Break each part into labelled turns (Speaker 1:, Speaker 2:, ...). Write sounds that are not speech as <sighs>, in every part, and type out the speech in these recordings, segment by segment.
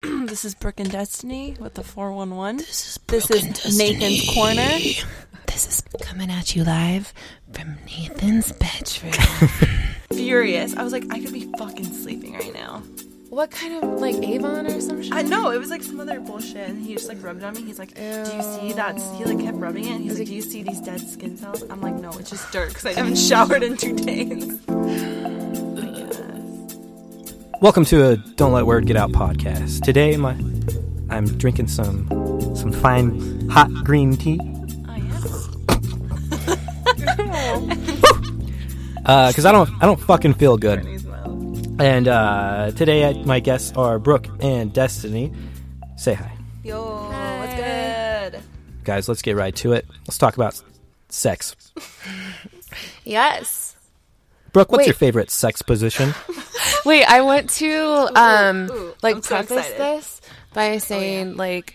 Speaker 1: <clears throat> this is Brooke and Destiny with the 411. This is, this is Nathan's Corner.
Speaker 2: This is coming at you live from Nathan's bedroom.
Speaker 1: Furious. I was like, I could be fucking sleeping right now.
Speaker 2: what kind of like Avon or some shit?
Speaker 1: I know, it was like some other bullshit. And he just like rubbed it on me. He's like, Do you see that? He like kept rubbing it. And he's like, Do you see these dead skin cells? I'm like, No, it's just dirt because I haven't <laughs> showered in two days.
Speaker 3: Welcome to a Don't Let Word Get Out podcast. Today, my I'm drinking some some fine hot green tea
Speaker 1: Oh, yeah.
Speaker 3: because Uh, I don't I don't fucking feel good.
Speaker 1: Bernie's mouth.
Speaker 3: And uh, today, I, my guests are Brooke and Destiny. Say hi,
Speaker 1: Yo, what's good?
Speaker 3: guys. Let's get right to it. Let's talk about sex.
Speaker 2: Yes.
Speaker 3: Brooke, what's
Speaker 2: Wait.
Speaker 3: your favorite sex position?
Speaker 2: Wait, I want to um
Speaker 1: ooh, ooh.
Speaker 2: like
Speaker 1: I'm so
Speaker 2: preface
Speaker 1: excited. Oh,
Speaker 2: this by saying
Speaker 1: Mm.
Speaker 2: like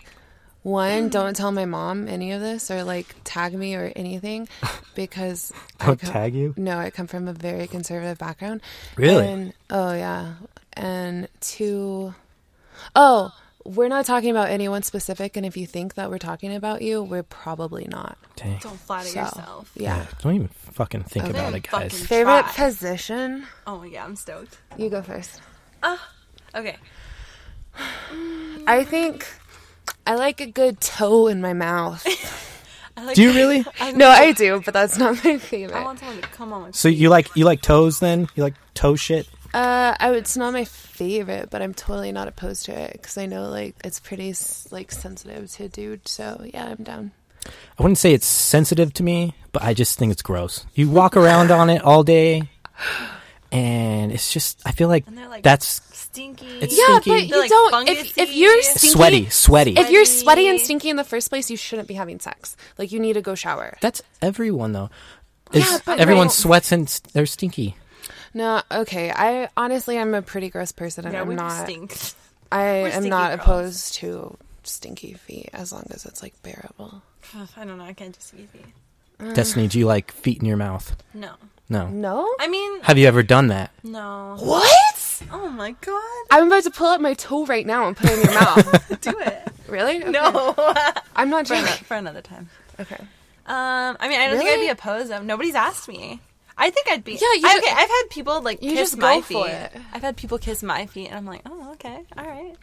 Speaker 2: one, don't tell my mom any of this or like tag me or
Speaker 1: <laughs>
Speaker 2: anything because I
Speaker 3: Don't tag you?
Speaker 2: No, I come from a very conservative background.
Speaker 3: Really?
Speaker 2: And, oh yeah. And two Oh, we're not talking about anyone specific and if you think that we're talking about you, we're probably not.
Speaker 3: Dang.
Speaker 1: Don't flatter
Speaker 2: So,
Speaker 1: yourself.
Speaker 2: yeah.
Speaker 3: Don't even fucking think about it,
Speaker 1: fucking-
Speaker 3: guys.
Speaker 2: Favorite
Speaker 1: Try.
Speaker 2: position?
Speaker 1: Oh, yeah, I'm stoked.
Speaker 2: You go first.
Speaker 1: Okay.
Speaker 2: I think I like a good toe in
Speaker 1: <laughs>
Speaker 2: my mouth.
Speaker 1: I like,
Speaker 3: Do you really?
Speaker 2: no, I do, but that's not my favorite.
Speaker 1: I
Speaker 2: Uh,
Speaker 1: want someone to come on my
Speaker 3: So you like you like toes then? You like toe shit?
Speaker 2: Uh, I, it's not my favorite, but I'm totally not opposed to it because I know like it's pretty s- like sensitive to dude. So yeah, I'm down.
Speaker 3: I wouldn't say it's sensitive to me, but I just think it's gross. <laughs> You walk around on it all day, and it's just I feel like,
Speaker 1: And they're like-
Speaker 3: that's
Speaker 1: stinky.
Speaker 3: It's
Speaker 2: Yeah,
Speaker 3: Stinky.
Speaker 2: but you
Speaker 1: They're, like,
Speaker 2: don't. If, if you're
Speaker 1: fungusy.
Speaker 2: stinky,
Speaker 3: sweaty, sweaty.
Speaker 2: if you're sweaty and
Speaker 1: Sweaty.
Speaker 2: stinky in the first place, you shouldn't be having sex. Like you need to go shower.
Speaker 3: that's everyone though. It's,
Speaker 2: Yeah, but
Speaker 3: everyone
Speaker 2: right.
Speaker 3: sweats and s- they're stinky.
Speaker 2: No, okay. I honestly, I'm a pretty gross person, and
Speaker 1: yeah,
Speaker 2: I'm
Speaker 1: we
Speaker 2: not.
Speaker 1: stink. <sighs>
Speaker 2: I
Speaker 1: We're
Speaker 2: am
Speaker 1: stinky
Speaker 2: not
Speaker 1: girls.
Speaker 2: opposed to stinky feet as long as it's like bearable.
Speaker 1: Ugh, I don't know. I can't just easy.
Speaker 2: Mm.
Speaker 3: Destiny, do you like feet in your mouth?
Speaker 1: No.
Speaker 3: No.
Speaker 2: No.
Speaker 1: I mean,
Speaker 3: Have you ever done that?
Speaker 1: no.
Speaker 2: What?
Speaker 1: Oh my god.
Speaker 2: I'm about to pull up my toe right now and put it in your
Speaker 1: <laughs>
Speaker 2: mouth. <laughs>
Speaker 1: Do it.
Speaker 2: really? Okay.
Speaker 1: No.
Speaker 2: I'm not
Speaker 1: for, ano-
Speaker 2: joking.
Speaker 1: for another time.
Speaker 2: Okay.
Speaker 1: Um, I mean, I don't think I'd
Speaker 2: Really?
Speaker 1: be opposed. to Nobody's asked me. I think I'd be.
Speaker 2: Yeah, you
Speaker 1: I,
Speaker 2: ju-
Speaker 1: okay. I've had people like
Speaker 2: You
Speaker 1: kiss
Speaker 2: just
Speaker 1: my
Speaker 2: go
Speaker 1: feet.
Speaker 2: for it.
Speaker 1: I've had people kiss my feet, and I'm like, oh, okay, all right.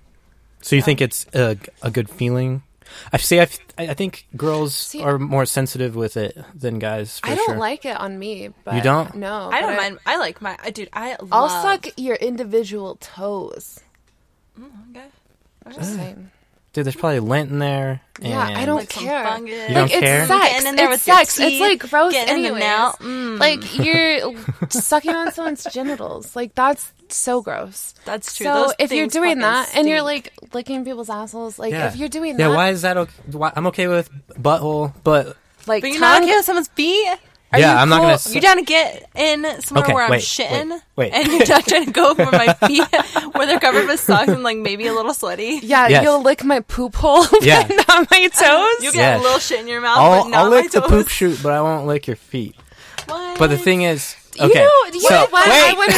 Speaker 3: So you think it's a, a good feeling? I see. I, f- I- I think girls
Speaker 2: See-
Speaker 3: are more sensitive with it than guys. For
Speaker 2: I don't
Speaker 3: sure.
Speaker 2: like it on me, but
Speaker 3: You don't?
Speaker 2: No,
Speaker 1: I
Speaker 2: but
Speaker 1: don't mind. I like my. I dude. I love.
Speaker 2: I'll suck your individual toes.
Speaker 1: Okay.
Speaker 2: Just saying.
Speaker 3: Dude, there's probably lint in there.
Speaker 2: Yeah, I
Speaker 3: and-
Speaker 2: don't
Speaker 1: Like some
Speaker 2: care.
Speaker 1: fungus. You
Speaker 3: don't
Speaker 2: like it's
Speaker 3: care?
Speaker 2: sex.
Speaker 1: Getting in there
Speaker 2: it's
Speaker 1: with your
Speaker 2: sex. It's
Speaker 1: teeth,
Speaker 2: like gross
Speaker 1: getting in the
Speaker 2: anyways.
Speaker 1: nail. Mm.
Speaker 2: Like
Speaker 1: <laughs>
Speaker 2: you're sucking on someone's genitals. Like that's so gross.
Speaker 1: That's true.
Speaker 2: So
Speaker 1: Those
Speaker 2: if you're
Speaker 1: things
Speaker 2: doing
Speaker 1: fucking
Speaker 2: that and you're
Speaker 1: stink.
Speaker 2: like licking people's assholes, like
Speaker 3: Yeah.
Speaker 2: if you're doing
Speaker 3: yeah,
Speaker 2: that,
Speaker 3: why is that? Okay? Why, I'm okay with butthole, but
Speaker 2: like
Speaker 1: But you're
Speaker 2: tongue,
Speaker 1: not okay with someone's feet. Are
Speaker 3: Yeah,
Speaker 1: you
Speaker 3: I'm not
Speaker 1: cool?
Speaker 3: gonna s-
Speaker 1: You're down to get in somewhere
Speaker 3: Okay,
Speaker 1: where I'm
Speaker 3: wait,
Speaker 1: shitting,
Speaker 3: wait, wait.
Speaker 1: and you're not trying to go over
Speaker 3: <laughs>
Speaker 1: my feet where they're covered with socks and like maybe a little sweaty.
Speaker 2: yeah,
Speaker 3: Yes.
Speaker 2: you'll lick my poop hole, <laughs>
Speaker 3: Yeah.
Speaker 2: but not my
Speaker 1: <laughs>
Speaker 2: toes.
Speaker 1: You get
Speaker 3: Yes.
Speaker 1: a little shit in your mouth, but
Speaker 3: I'll,
Speaker 1: not
Speaker 3: I'll
Speaker 1: my
Speaker 3: lick the
Speaker 1: toes.
Speaker 3: poop shoot, but I won't lick your feet.
Speaker 1: What?
Speaker 3: But the thing is, okay.
Speaker 2: You know, you
Speaker 3: so,
Speaker 2: know what I
Speaker 3: wait,
Speaker 2: want to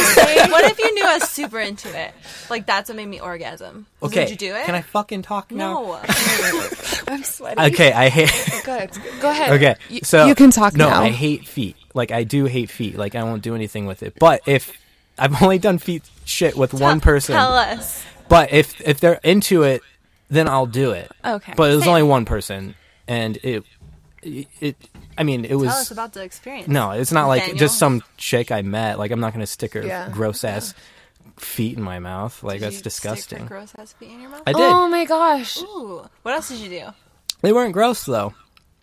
Speaker 1: <laughs>
Speaker 2: say.
Speaker 1: what if you knew I was super into it? Like that's what made me orgasm.
Speaker 3: okay.
Speaker 1: Would you do it?
Speaker 3: Can I fucking talk now?
Speaker 1: <laughs> No.
Speaker 2: I'm sweating.
Speaker 3: Okay, I hate.
Speaker 2: Go ahead. Go ahead.
Speaker 3: <laughs> Okay,
Speaker 2: You-
Speaker 3: so
Speaker 2: you can talk
Speaker 3: no,
Speaker 2: now.
Speaker 3: I hate feet. Like I do hate feet. Like I won't do anything with it. But if I've <laughs> only done feet shit with <laughs> one person,
Speaker 1: Tell us.
Speaker 3: but if if they're into it, then I'll do it.
Speaker 1: Okay.
Speaker 3: But it was
Speaker 1: Say-
Speaker 3: only one person, and it it. I mean, it was.
Speaker 1: Tell us about the experience.
Speaker 3: No, it's not like
Speaker 1: Daniel?
Speaker 3: just some chick I met. Like I'm not gonna stick her
Speaker 2: Yeah.
Speaker 3: gross ass feet in my mouth. Like that's disgusting.
Speaker 1: Gross ass feet in your mouth.
Speaker 3: I did.
Speaker 2: Oh my gosh.
Speaker 1: Ooh. What else did you do?
Speaker 3: They weren't gross though.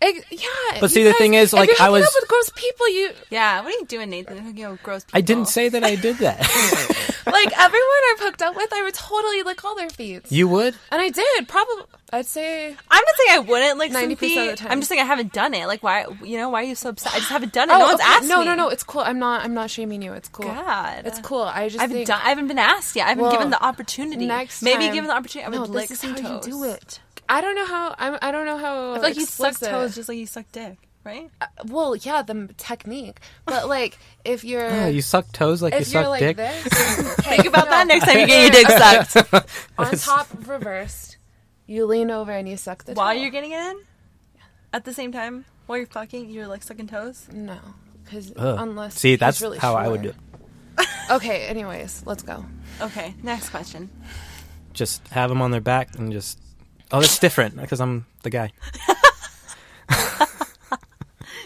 Speaker 2: Ex- yeah.
Speaker 3: But see,
Speaker 2: you
Speaker 3: the thing is,
Speaker 2: if
Speaker 3: like,
Speaker 2: you're
Speaker 3: I
Speaker 2: hooking
Speaker 3: was-
Speaker 2: up with gross people. You
Speaker 1: Yeah. What are you doing, Nathan? Hooking up with gross people.
Speaker 3: I didn't say that I did that.
Speaker 2: <laughs> like everyone I've hooked up with, I would totally lick all their feet,
Speaker 3: you would?
Speaker 2: and I did probably. I'd say
Speaker 1: I'm not saying I wouldn't like some
Speaker 2: 90% of the
Speaker 1: feet.
Speaker 2: time.
Speaker 1: I'm just saying I haven't done it. Like why? You know why are you so upset? I just haven't done it.
Speaker 2: Oh,
Speaker 1: no one's
Speaker 2: okay.
Speaker 1: asked
Speaker 2: No,
Speaker 1: me.
Speaker 2: no, no. It's cool. I'm not. I'm not shaming you. It's cool.
Speaker 1: God.
Speaker 2: it's cool. I just
Speaker 1: I haven't
Speaker 2: think
Speaker 1: done. I haven't been asked yet. I haven't
Speaker 2: Well,
Speaker 1: given the opportunity.
Speaker 2: next
Speaker 1: Maybe
Speaker 2: time-
Speaker 1: given the opportunity, I would
Speaker 2: No,
Speaker 1: lick
Speaker 2: this is
Speaker 1: some
Speaker 2: how you
Speaker 1: toes.
Speaker 2: do it. I don't know how. I'm, I don't know how.
Speaker 1: Like you suck
Speaker 2: explicit- Uh,
Speaker 1: toes just like you suck dick.
Speaker 2: <laughs>
Speaker 1: right?
Speaker 2: Well, yeah, the m- technique, but like if
Speaker 3: <laughs>
Speaker 2: you're
Speaker 3: Yeah, Oh, you suck toes like you
Speaker 2: if
Speaker 3: suck
Speaker 2: you're like
Speaker 3: dick.
Speaker 2: this,
Speaker 3: <laughs>
Speaker 1: Think about that next time you get
Speaker 2: <laughs>
Speaker 1: your dick sucked.
Speaker 2: on top reversed, you lean over and you suck the.
Speaker 1: While
Speaker 2: toe.
Speaker 1: you're getting it in, at the same time, while you're fucking, you're like sucking toes.
Speaker 2: no, because
Speaker 3: Ugh.
Speaker 2: unless
Speaker 3: See,
Speaker 2: he's
Speaker 3: that's
Speaker 2: really
Speaker 3: how I would do.
Speaker 2: short.
Speaker 3: it.
Speaker 2: Okay, anyways, let's go.
Speaker 1: Okay, next question.
Speaker 3: Just have them on their back and just. Oh, that's different because I'm the guy.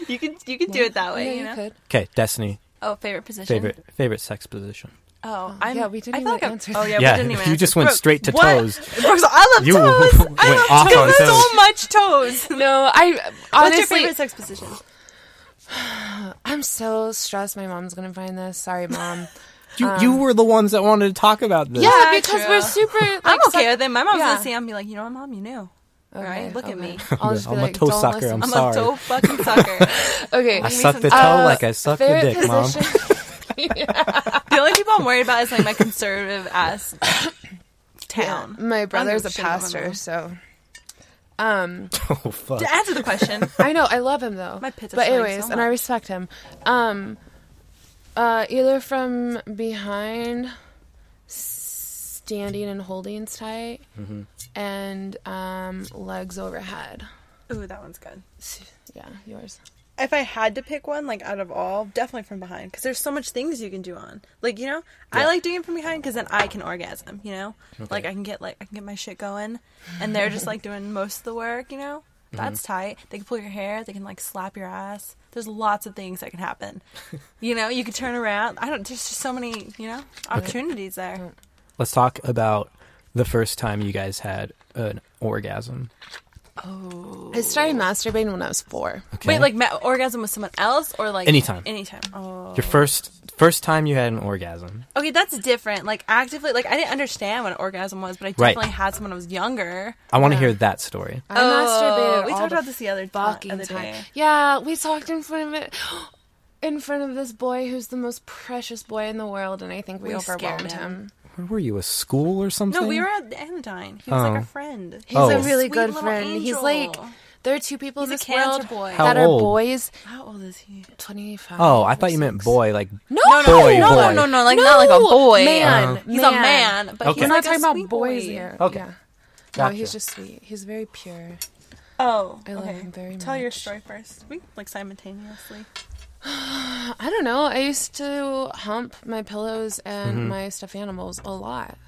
Speaker 1: You can you can do it that way,
Speaker 2: yeah,
Speaker 1: you know. <laughs>
Speaker 2: could.
Speaker 3: Okay, Destiny.
Speaker 1: Oh, favorite position.
Speaker 3: Favorite favorite sex position.
Speaker 1: Oh, I'm,
Speaker 2: yeah, we didn't
Speaker 1: I
Speaker 2: even
Speaker 1: feel like I'm-
Speaker 2: answer
Speaker 1: Oh
Speaker 2: that.
Speaker 1: yeah,
Speaker 3: Yeah,
Speaker 1: we didn't even.
Speaker 3: you
Speaker 1: answer.
Speaker 3: just went
Speaker 1: Brooke,
Speaker 3: straight to
Speaker 1: what?
Speaker 3: toes.
Speaker 1: Brooks, I love
Speaker 3: You <laughs>
Speaker 1: toes. I
Speaker 3: went
Speaker 1: love
Speaker 3: off
Speaker 1: toes.
Speaker 3: on toes.
Speaker 1: So much toes.
Speaker 2: No, I
Speaker 1: What's your
Speaker 2: honestly,
Speaker 1: favorite sex position?
Speaker 2: I'm so stressed. My mom's gonna find this. Sorry,
Speaker 3: <laughs>
Speaker 2: mom.
Speaker 3: You you were the ones that wanted to talk about this.
Speaker 2: yeah,
Speaker 1: Yeah,
Speaker 2: because
Speaker 1: true.
Speaker 2: we're super. Like,
Speaker 1: I'm okay with it. My mom's
Speaker 2: yeah.
Speaker 1: gonna see. I'm be like, you know, what, mom, you knew. All
Speaker 2: Okay,
Speaker 1: right, look at
Speaker 2: okay.
Speaker 1: me.
Speaker 2: I'll just be
Speaker 3: I'm a
Speaker 2: like,
Speaker 3: toe
Speaker 2: don't
Speaker 3: sucker,
Speaker 2: listen.
Speaker 3: <laughs> I'm
Speaker 1: I'm
Speaker 3: Sorry.
Speaker 1: a dope fucking
Speaker 3: <laughs>
Speaker 1: sucker.
Speaker 2: okay.
Speaker 3: I
Speaker 1: me
Speaker 3: suck
Speaker 1: some-
Speaker 3: the toe
Speaker 1: Uh,
Speaker 3: like I suck the dick, mom. <laughs>
Speaker 2: <laughs>
Speaker 1: the only people I'm worried about is like my conservative ass <coughs> town.
Speaker 2: My brother's a
Speaker 1: shit about my
Speaker 2: pastor,
Speaker 1: mom.
Speaker 2: so. Um,
Speaker 3: <laughs> Oh fuck.
Speaker 1: To answer the <laughs> question,
Speaker 2: I know I love him though.
Speaker 1: My pits are
Speaker 2: but
Speaker 1: swelling
Speaker 2: anyways,
Speaker 1: so
Speaker 2: and I
Speaker 1: much.
Speaker 2: respect him. Um, uh, either from behind, standing and holding tight, and um, legs overhead.
Speaker 1: ooh, that one's good.
Speaker 2: Yeah, yours.
Speaker 1: If I had to pick one, like out of all, definitely from behind, because there's so much things you can do on. Like you know, I like doing it from behind because then I can orgasm. You know, like I can get like I can get my shit going, and they're just like doing most of the work. You know, that's tight. They can pull your hair. They can like slap your ass. There's lots of things that can happen. you know, you could turn around. I don't. There's just so many. You know, opportunities there.
Speaker 3: Let's talk about the first time you guys had an orgasm.
Speaker 2: I started masturbating when I was four.
Speaker 3: Okay.
Speaker 1: Wait, like ma- orgasm with someone else or like
Speaker 3: Anytime.
Speaker 1: Anytime. Oh.
Speaker 3: your first first time you had an orgasm.
Speaker 1: Okay, that's different. Like actively, like I didn't understand what an orgasm was, but I
Speaker 3: Right.
Speaker 1: definitely had some when I was younger.
Speaker 3: I want to hear that story.
Speaker 2: I masturbated.
Speaker 1: we
Speaker 2: all
Speaker 1: talked
Speaker 2: the
Speaker 1: about this the other
Speaker 2: fucking
Speaker 1: other
Speaker 2: time.
Speaker 1: day.
Speaker 2: Yeah, we talked in front of it. <gasps> In front of this boy who's the most precious boy in the world, and I think we,
Speaker 1: We scared
Speaker 2: overwhelmed
Speaker 1: him.
Speaker 2: him.
Speaker 3: Where were you? A school or something?
Speaker 1: No, we were at the Anodyne. He was like
Speaker 3: Oh.
Speaker 1: our friend.
Speaker 2: He's
Speaker 3: Oh.
Speaker 2: a really
Speaker 1: Sweet
Speaker 2: good
Speaker 1: little
Speaker 2: friend. He's like,
Speaker 1: angel.
Speaker 2: there are two people in
Speaker 1: He's a
Speaker 2: this world
Speaker 1: cancer boy.
Speaker 3: How
Speaker 2: that are
Speaker 3: old?
Speaker 2: boys.
Speaker 1: How old is he?
Speaker 2: 25.
Speaker 3: Oh, I thought you meant boy, like
Speaker 2: No,
Speaker 3: boy, boy.
Speaker 1: no, no, no, no, like not like a
Speaker 2: No,
Speaker 1: boy.
Speaker 2: Man,
Speaker 1: He's a man, but
Speaker 3: Okay.
Speaker 2: We're
Speaker 1: he's
Speaker 2: not
Speaker 1: like a
Speaker 2: talking about
Speaker 1: sweet
Speaker 2: boys
Speaker 1: boy.
Speaker 2: here.
Speaker 3: Okay.
Speaker 2: Yeah.
Speaker 3: Gotcha.
Speaker 2: No, he's just sweet. He's very pure.
Speaker 1: Oh,
Speaker 2: I love
Speaker 1: okay.
Speaker 2: him very
Speaker 1: Tell your
Speaker 2: much.
Speaker 1: story first. We like simultaneously.
Speaker 2: I don't know. I used to hump my pillows and my stuffed animals a lot.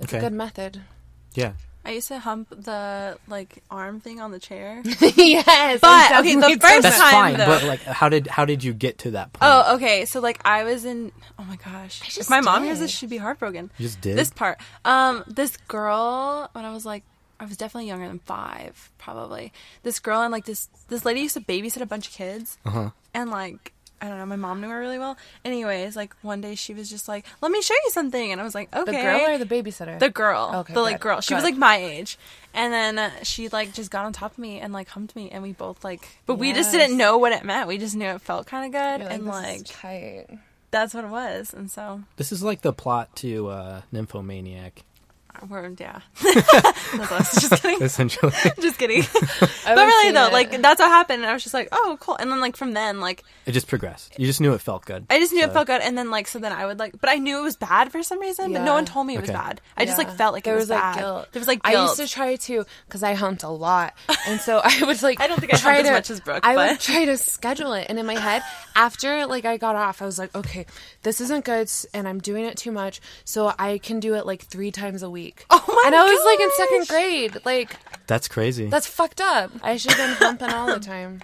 Speaker 2: It's a
Speaker 3: Mm-hmm. Okay.
Speaker 2: good method.
Speaker 1: <laughs>
Speaker 2: <laughs>
Speaker 3: Yeah.
Speaker 1: I used to hump the like arm thing on the chair.
Speaker 2: yes.
Speaker 1: But,
Speaker 2: <laughs>
Speaker 1: okay, the first
Speaker 3: That's
Speaker 1: Time,
Speaker 3: fine,
Speaker 1: though.
Speaker 3: but like how did how did you get to that point?
Speaker 1: Oh, okay. So like I was in. Oh my gosh!
Speaker 2: I just
Speaker 1: if my mom hears
Speaker 2: did.
Speaker 1: this, she'd be heartbroken.
Speaker 3: You just did?
Speaker 1: this part. Um, this girl when I was like, I was definitely younger than five, probably. This girl and like this this lady used to babysit a bunch of kids, uh-huh. and like. I don't know. My mom knew her really well. Anyways, like one day she was just like, "Let me show you something," and I was like, "Okay."
Speaker 2: The girl or the babysitter?
Speaker 1: The girl.
Speaker 2: Okay,
Speaker 1: the like
Speaker 2: good,
Speaker 1: girl. She was
Speaker 2: good.
Speaker 1: like my age. And then uh, she like just got on top of me and like humped me and we both like but we just
Speaker 2: Yes.
Speaker 1: didn't know what it meant. We just knew it felt kind of good
Speaker 2: You're
Speaker 1: and
Speaker 2: this is
Speaker 1: like
Speaker 2: tight.
Speaker 1: that's what it was. And so
Speaker 3: This is like the plot to uh, Nymphomaniac, <laughs>
Speaker 1: we're <laughs> yeah. That's us. <laughs> Just kidding.
Speaker 3: essentially.
Speaker 1: just <laughs> kidding.
Speaker 2: I
Speaker 1: but
Speaker 2: haven't
Speaker 1: really
Speaker 2: seen
Speaker 1: though,
Speaker 2: it.
Speaker 1: like that's what happened and I was just like, "Oh, cool." And then like from then like
Speaker 3: it just progressed. You just knew it felt good.
Speaker 1: I just knew
Speaker 3: So-
Speaker 1: it felt good and then like so then I would like but I knew it was bad for some reason, but
Speaker 2: Yeah.
Speaker 1: no one told me it was
Speaker 3: Okay.
Speaker 1: bad. I just
Speaker 2: Yeah.
Speaker 1: like felt like it was, bad. There was like guilt.
Speaker 2: I used to try to because I humped a lot, and so I would
Speaker 1: <laughs>
Speaker 2: like.
Speaker 1: I don't think I
Speaker 2: try
Speaker 1: humped as
Speaker 2: to-
Speaker 1: much as Brooke,
Speaker 2: I would
Speaker 1: but-
Speaker 2: try to schedule it, and in my head, after like I got off, I was like, okay, this isn't good, s- and I'm doing it too much, so I can do it like three times a week.
Speaker 1: Oh my
Speaker 2: And I was like in
Speaker 1: gosh.
Speaker 2: second grade, like
Speaker 3: That's crazy.
Speaker 2: that's fucked up. I should have been
Speaker 1: <laughs>
Speaker 2: humping all the time.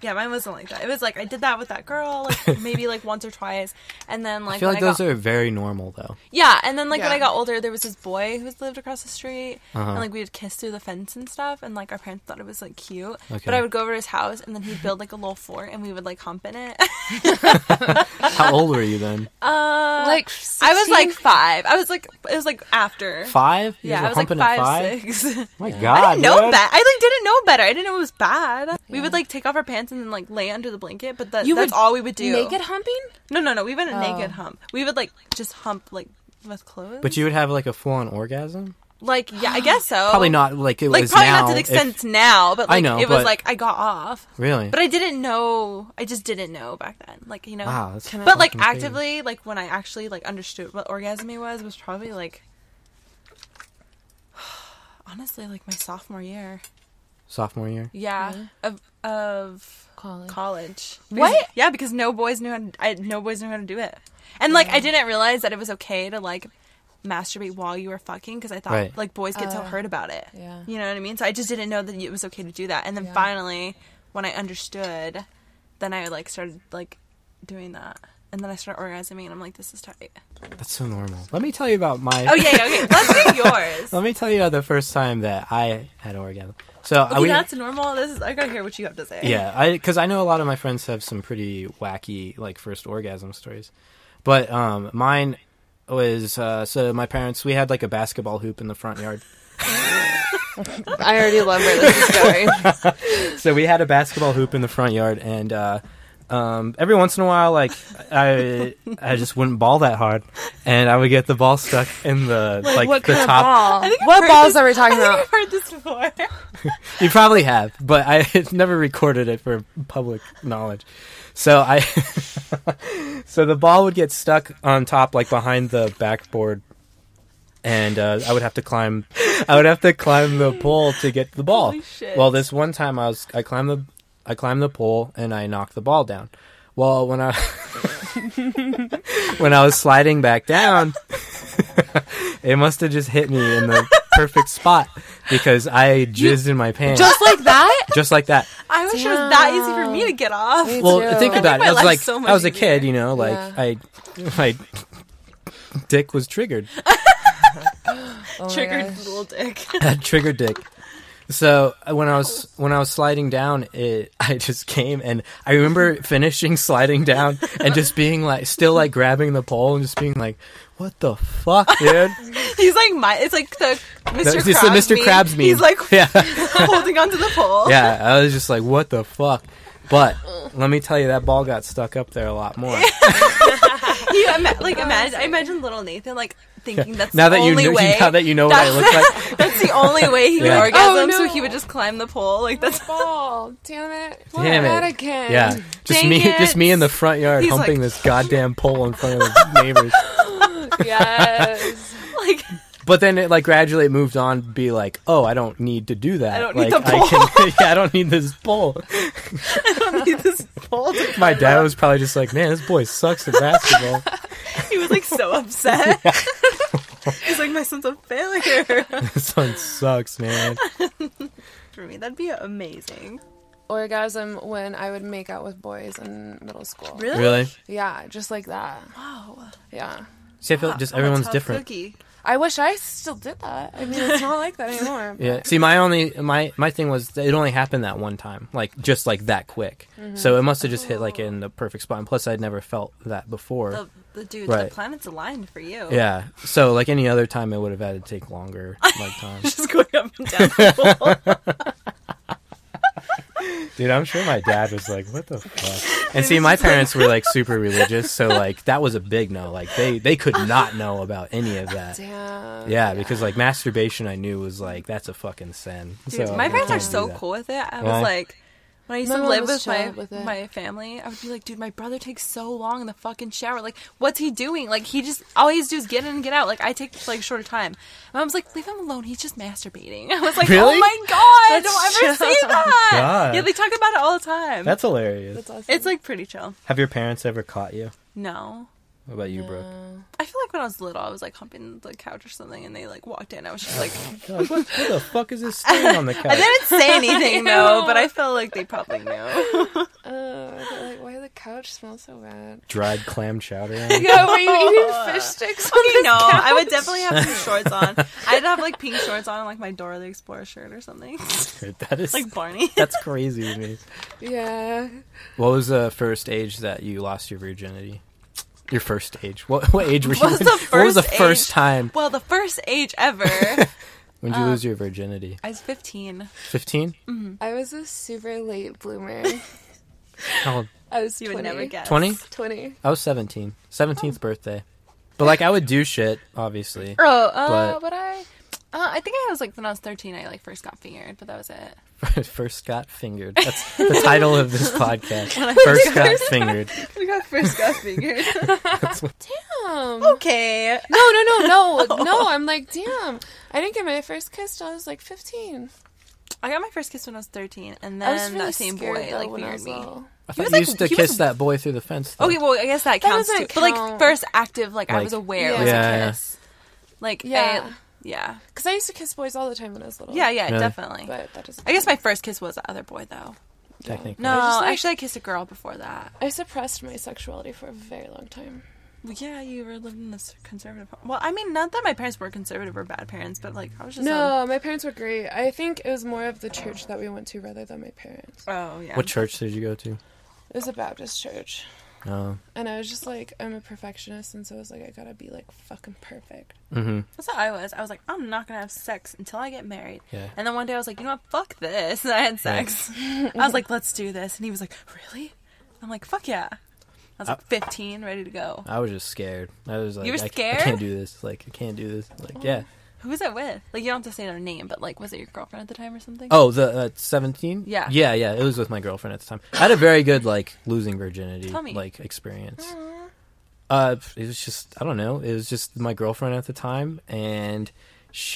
Speaker 1: Yeah, mine wasn't like that. It was like I did that with that girl,
Speaker 3: <laughs>
Speaker 1: like maybe like once or twice, and then like
Speaker 3: I feel
Speaker 1: when
Speaker 3: like those
Speaker 1: got,
Speaker 3: are very normal though.
Speaker 1: <laughs> yeah, and then like when
Speaker 2: Yeah.
Speaker 1: I got older, there was this boy who lived across the street,
Speaker 3: Uh-huh.
Speaker 1: and like we would kiss through the fence and stuff, and like our parents thought it was like cute, but
Speaker 3: Okay.
Speaker 1: I would go over to his house, and then he'd build like a little fort, and we would like hump in it. <laughs>
Speaker 3: How old were you then?
Speaker 1: uh,
Speaker 2: Like
Speaker 1: I was like
Speaker 2: 16?
Speaker 1: five. I was like it was like after.
Speaker 3: Five? You
Speaker 1: Yeah,
Speaker 3: were
Speaker 1: I was like
Speaker 3: humping
Speaker 1: five,
Speaker 3: at five? Ah,
Speaker 1: six. <laughs>
Speaker 3: My
Speaker 1: I
Speaker 3: God,
Speaker 1: didn't know
Speaker 3: dude.
Speaker 1: that. I like didn't know better. I didn't know it was bad. We would like take off our pants and then like lay under the blanket, but that,
Speaker 2: You
Speaker 1: that's
Speaker 2: would
Speaker 1: all we would do.
Speaker 2: naked humping.
Speaker 1: No, no, no. We wouldn't
Speaker 2: Oh.
Speaker 1: naked hump. We would like just hump like with clothes.
Speaker 3: But you would have like a full on orgasm?
Speaker 1: Like, yeah, I guess so.
Speaker 3: Probably not like it
Speaker 1: Oh. Like,
Speaker 3: was
Speaker 1: probably
Speaker 3: now.
Speaker 1: not to the
Speaker 3: if-
Speaker 1: extent it's now, but
Speaker 3: I
Speaker 1: like,
Speaker 3: know,
Speaker 1: it was
Speaker 3: but-
Speaker 1: like I got off.
Speaker 3: really?
Speaker 1: But I didn't know. I just didn't know back then. Like you know.
Speaker 3: Wow, that's Can I-
Speaker 1: but like
Speaker 3: fucking crazy.
Speaker 1: actively, like when I actually like understood what orgasmy was, was probably like. <sighs> Honestly, like my sophomore year,
Speaker 3: Sophomore year.
Speaker 1: yeah,
Speaker 2: Really?
Speaker 1: of of
Speaker 2: College.
Speaker 1: college.
Speaker 2: What?
Speaker 1: Mm. Because- Yeah, because no boys knew how to, I, no boys knew how to do it, and like
Speaker 3: Mm.
Speaker 1: I didn't realize that it was okay to like masturbate while you were fucking because I thought
Speaker 3: Right.
Speaker 1: like boys get so
Speaker 2: Uh,
Speaker 1: hurt about it.
Speaker 2: yeah.
Speaker 1: you know what I mean. So I just didn't know that it was okay to do that, and then
Speaker 2: Yeah.
Speaker 1: finally when I understood, then I like started like doing that. And then I started orgasming, and I'm like, "This is
Speaker 3: <laughs>
Speaker 1: tight."
Speaker 3: That's so normal. Let me tell you about my.
Speaker 1: Oh yeah, yeah okay. Let's do yours.
Speaker 3: <laughs> Let me tell you about the first time that I had orgasm. So I
Speaker 1: Okay,
Speaker 3: we,
Speaker 1: that's normal. This is I gotta hear what you have to say.
Speaker 3: yeah, I because I know a lot of my friends have some pretty wacky like first orgasm stories, but um, mine was uh, so my parents we had like a basketball hoop in the front yard.
Speaker 2: I already love where this <laughs> is going.
Speaker 3: so we had a basketball hoop in the front yard, and uh, um, every once in a while, like I, I just wouldn't ball that hard, and I would get the ball stuck in the like, the top.
Speaker 1: I think I've
Speaker 2: What
Speaker 1: heard
Speaker 2: balls
Speaker 1: this-
Speaker 2: are we
Speaker 1: <laughs> I
Speaker 2: talking
Speaker 1: think
Speaker 2: about?
Speaker 1: I've heard this before.
Speaker 3: You probably have, but I <laughs> never recorded it for public knowledge. So I, <laughs> so the ball would get stuck on top, like behind the backboard, and uh, I would have to climb. I would have to climb the pole to get the ball.
Speaker 1: Holy shit.
Speaker 3: Well, this one time I was, I climbed the, I climbed the pole and I knocked the ball down. Well, when I, <laughs> when I was sliding back down, <laughs> it must have just hit me in the perfect spot because I jizzed in my pants
Speaker 2: Just like that?
Speaker 3: just like that.
Speaker 1: I wish it was that easy for me to get off.
Speaker 2: Me
Speaker 3: Well,
Speaker 2: too.
Speaker 3: think about it.
Speaker 1: my
Speaker 3: I was
Speaker 1: life's
Speaker 3: like,
Speaker 1: so much
Speaker 3: I was a
Speaker 1: easier.
Speaker 3: kid, you know, like
Speaker 2: Yeah.
Speaker 3: I, <laughs> my dick was triggered, <laughs>
Speaker 2: Oh my
Speaker 1: Triggered
Speaker 2: gosh.
Speaker 1: little dick. <laughs>
Speaker 3: Had triggered dick. So uh, when I was when I was sliding down, it <laughs> I just came and I <laughs> remember finishing sliding down and just being like, still like grabbing the pole and just being like, "What the <laughs> fuck, dude?"
Speaker 1: He's like my. It's like the Mr.
Speaker 3: That-
Speaker 1: Krabs.
Speaker 3: it's the Mr. Krabs meme.
Speaker 1: He's like
Speaker 3: <laughs> yeah.
Speaker 1: <laughs> holding onto the pole.
Speaker 3: yeah, I was just like, what the fuck? But let me tell you, that ball got stuck up there a lot <laughs> more.
Speaker 1: He ima- like imagine. I imagine little Nathan like thinking that's
Speaker 3: now
Speaker 1: the
Speaker 3: that you
Speaker 1: only
Speaker 3: know, <laughs>
Speaker 1: way.
Speaker 3: now that you know what I
Speaker 1: That's- <laughs>
Speaker 3: look like,
Speaker 1: that's the only way he would
Speaker 3: Yeah.
Speaker 1: orgasm.
Speaker 2: Oh, no.
Speaker 1: So he would just climb the pole. Like that's. <laughs>
Speaker 2: Ball. Damn it. We're
Speaker 3: Damn
Speaker 2: at
Speaker 3: it.
Speaker 2: again.
Speaker 3: Yeah, just
Speaker 1: Dang
Speaker 3: me,
Speaker 1: it.
Speaker 3: just me in the front yard
Speaker 1: He's
Speaker 3: humping
Speaker 1: like-
Speaker 3: this goddamn pole in front of <laughs> the neighbors.
Speaker 2: Yes. <laughs>
Speaker 1: Like <laughs>
Speaker 3: But then it like gradually it moved on to be like, oh, I don't need to do that.
Speaker 1: I don't
Speaker 3: like,
Speaker 1: need the pole.
Speaker 3: I can, <laughs> yeah, I don't need this pole.
Speaker 1: I don't need this pole. To
Speaker 3: My dad was probably just like, man, this boy sucks at <laughs> basketball.
Speaker 1: he was like so
Speaker 3: <laughs>
Speaker 1: upset. <laughs> He's like my son's a failure. <laughs>
Speaker 3: this son sucks, man.
Speaker 1: For me, that'd be amazing.
Speaker 2: Orgasm when I would make out with boys in middle school.
Speaker 1: Really?
Speaker 3: Really?
Speaker 2: Yeah, just like that.
Speaker 1: Wow.
Speaker 2: Yeah.
Speaker 3: See, I feel like just everyone's different.
Speaker 1: Cookie.
Speaker 2: I wish I still did that. I mean, it's not like that anymore. but-
Speaker 3: Yeah. See, my only my my thing was that it only happened that one time, like just like that quick. So it must have just hit like in the perfect spot. And plus, I'd never felt that before.
Speaker 1: The, the dude,
Speaker 3: Right.
Speaker 1: the planets aligned for you.
Speaker 3: yeah. So like any other time, it would have had to take longer. Like time.
Speaker 1: <laughs> Just going up and down the pole.
Speaker 3: <laughs> Dude, I'm sure my dad was like, "What the fuck?" And see, my parents were like super religious, so like that was a big no. Like they they could not know about any of that.
Speaker 2: Damn.
Speaker 3: Yeah, because like masturbation, I knew was like that's a fucking sin.
Speaker 1: Dude,
Speaker 3: So,
Speaker 1: my
Speaker 3: I
Speaker 1: parents are
Speaker 3: can't do
Speaker 1: so
Speaker 3: that.
Speaker 1: cool with it. I
Speaker 3: Really?
Speaker 1: was like, when I used
Speaker 2: My
Speaker 1: to
Speaker 2: mom
Speaker 1: live
Speaker 2: was
Speaker 1: with my
Speaker 2: chill with it.
Speaker 1: my family, I would be like, dude, my brother takes so long in the fucking shower. Like, what's he doing? Like, he just all he's do is get in and get out. Like, I take like shorter time. My mom's like, leave him alone. He's just masturbating. <laughs> I was like,
Speaker 3: Really?
Speaker 1: oh my god,
Speaker 2: That's
Speaker 1: don't ever
Speaker 2: chill.
Speaker 1: say that.
Speaker 3: God.
Speaker 1: Yeah, they talk about it all the time.
Speaker 3: That's hilarious.
Speaker 2: That's awesome.
Speaker 1: it's like pretty chill.
Speaker 3: Have your parents ever caught you?
Speaker 1: No.
Speaker 3: What about you, Brooke?
Speaker 2: Uh,
Speaker 1: I feel like when I was little, I was like humping the couch or something, and they like walked in. I was
Speaker 3: <laughs>
Speaker 1: just like,
Speaker 3: Like, what, what the fuck is this stain on the
Speaker 1: <laughs> I
Speaker 3: couch?
Speaker 1: didn't say
Speaker 2: <laughs>
Speaker 1: anything though, but I felt like they probably knew. <laughs>
Speaker 2: uh, they're like, why the couch smells so
Speaker 1: <laughs>
Speaker 2: bad?
Speaker 3: Dried clam chowder. On.
Speaker 2: Yeah, were you <laughs> eating fish sticks? on
Speaker 1: Okay,
Speaker 2: this
Speaker 1: no,
Speaker 2: couch?
Speaker 1: I would definitely have some shorts on. I'd have like pink shorts on, and, like my Dora the Explorer shirt or something, <laughs>
Speaker 3: it. that is
Speaker 1: like Barney.
Speaker 3: <laughs> that's crazy to me.
Speaker 2: Yeah.
Speaker 3: What was the first age that you lost your virginity? Your first age. What what age were
Speaker 1: <laughs>
Speaker 3: you?
Speaker 1: What was
Speaker 3: in?
Speaker 1: the
Speaker 3: what was the
Speaker 1: first
Speaker 3: first
Speaker 1: age? Uh,
Speaker 3: time
Speaker 1: <laughs> Well, the first age ever,
Speaker 3: when did you lose your virginity?
Speaker 1: I was 15. <laughs>
Speaker 3: 15?
Speaker 2: I was a super late bloomer.
Speaker 3: How old?
Speaker 2: I was 20.
Speaker 1: You would never guess.
Speaker 3: 20?
Speaker 2: 20.
Speaker 3: Oh, I was 17.
Speaker 1: <laughs>
Speaker 3: 17th birthday. But like I would do shit, obviously. <laughs>
Speaker 2: Oh, uh,
Speaker 3: But-
Speaker 2: but, I
Speaker 1: Uh, I think I was like when I was 13, I like first got fingered, but that was it.
Speaker 3: First got fingered. That's the title of this podcast.
Speaker 1: <laughs>
Speaker 3: First got fingered.
Speaker 1: We got first got fingered.
Speaker 2: Damn.
Speaker 1: <laughs> Oh, okay.
Speaker 2: No, no, no,
Speaker 1: <laughs>
Speaker 2: no, no. I'm like, damn. I didn't get my first kiss till I was like 15.
Speaker 1: I got my first kiss when I was 13, and
Speaker 2: I
Speaker 1: then
Speaker 2: was really
Speaker 1: that same
Speaker 2: scared
Speaker 1: boy
Speaker 2: though
Speaker 1: like
Speaker 2: when
Speaker 1: fingered
Speaker 2: I was
Speaker 1: me.
Speaker 2: little.
Speaker 3: I thought
Speaker 1: was,
Speaker 3: you
Speaker 1: like,
Speaker 3: used to
Speaker 1: he
Speaker 3: kiss
Speaker 1: was- Oh,
Speaker 3: that boy through the fence. though.
Speaker 1: Okay, well, I guess that counts
Speaker 2: doesn't
Speaker 1: too. But like
Speaker 2: count.
Speaker 1: first active, like, I was
Speaker 3: Like-
Speaker 1: aware
Speaker 2: Yeah.
Speaker 1: it was
Speaker 3: Yeah,
Speaker 1: a
Speaker 3: yeah.
Speaker 1: kiss. Like yeah,
Speaker 2: Yeah.
Speaker 1: yeah,
Speaker 2: Because I used to kiss boys all the time when I was little.
Speaker 1: yeah, yeah,
Speaker 3: Really?
Speaker 1: definitely.
Speaker 2: But that doesn't.
Speaker 1: I guess my first kiss was the other boy though.
Speaker 3: technically.
Speaker 1: No,
Speaker 2: just, like-
Speaker 1: actually, I kissed a girl before that.
Speaker 2: I suppressed my sexuality for a very long time.
Speaker 1: Well, yeah, you were living in this conservative. home. Well, I mean, not that my parents were conservative or bad parents, but like I was just
Speaker 2: No, my parents were great. I think it was more of the church that we went to rather than my parents.
Speaker 1: A, oh yeah.
Speaker 3: What church did you go to?
Speaker 2: It was a Baptist church.
Speaker 3: Oh,
Speaker 2: And I was just like, I'm a perfectionist, and so I was like, I gotta be like fucking perfect.
Speaker 3: mm-hmm.
Speaker 1: That's how I was. I was like, I'm not gonna have sex until I get married.
Speaker 3: Yeah.
Speaker 1: And then one day I was like, you know what? Fuck this. <laughs> And I had sex. I was like, let's do this. And he was like, really? I'm like, fuck yeah. I
Speaker 3: Uh,
Speaker 1: was like 15, ready to go.
Speaker 3: I was just scared. I was like,
Speaker 1: You were
Speaker 3: I- I,
Speaker 1: scared?
Speaker 3: can't do this. Like, I can't do this. Like, yeah.
Speaker 1: Who was that with? Like, you don't have to say their name, but like, was it your girlfriend at the time or something?
Speaker 3: Oh, the seventeen.
Speaker 1: Yeah.
Speaker 3: Yeah, yeah. It was with my girlfriend at the time. I had a very good like losing virginity
Speaker 1: Tell me.
Speaker 3: like experience. Uh, it was just I don't know. It was just my girlfriend at the time, and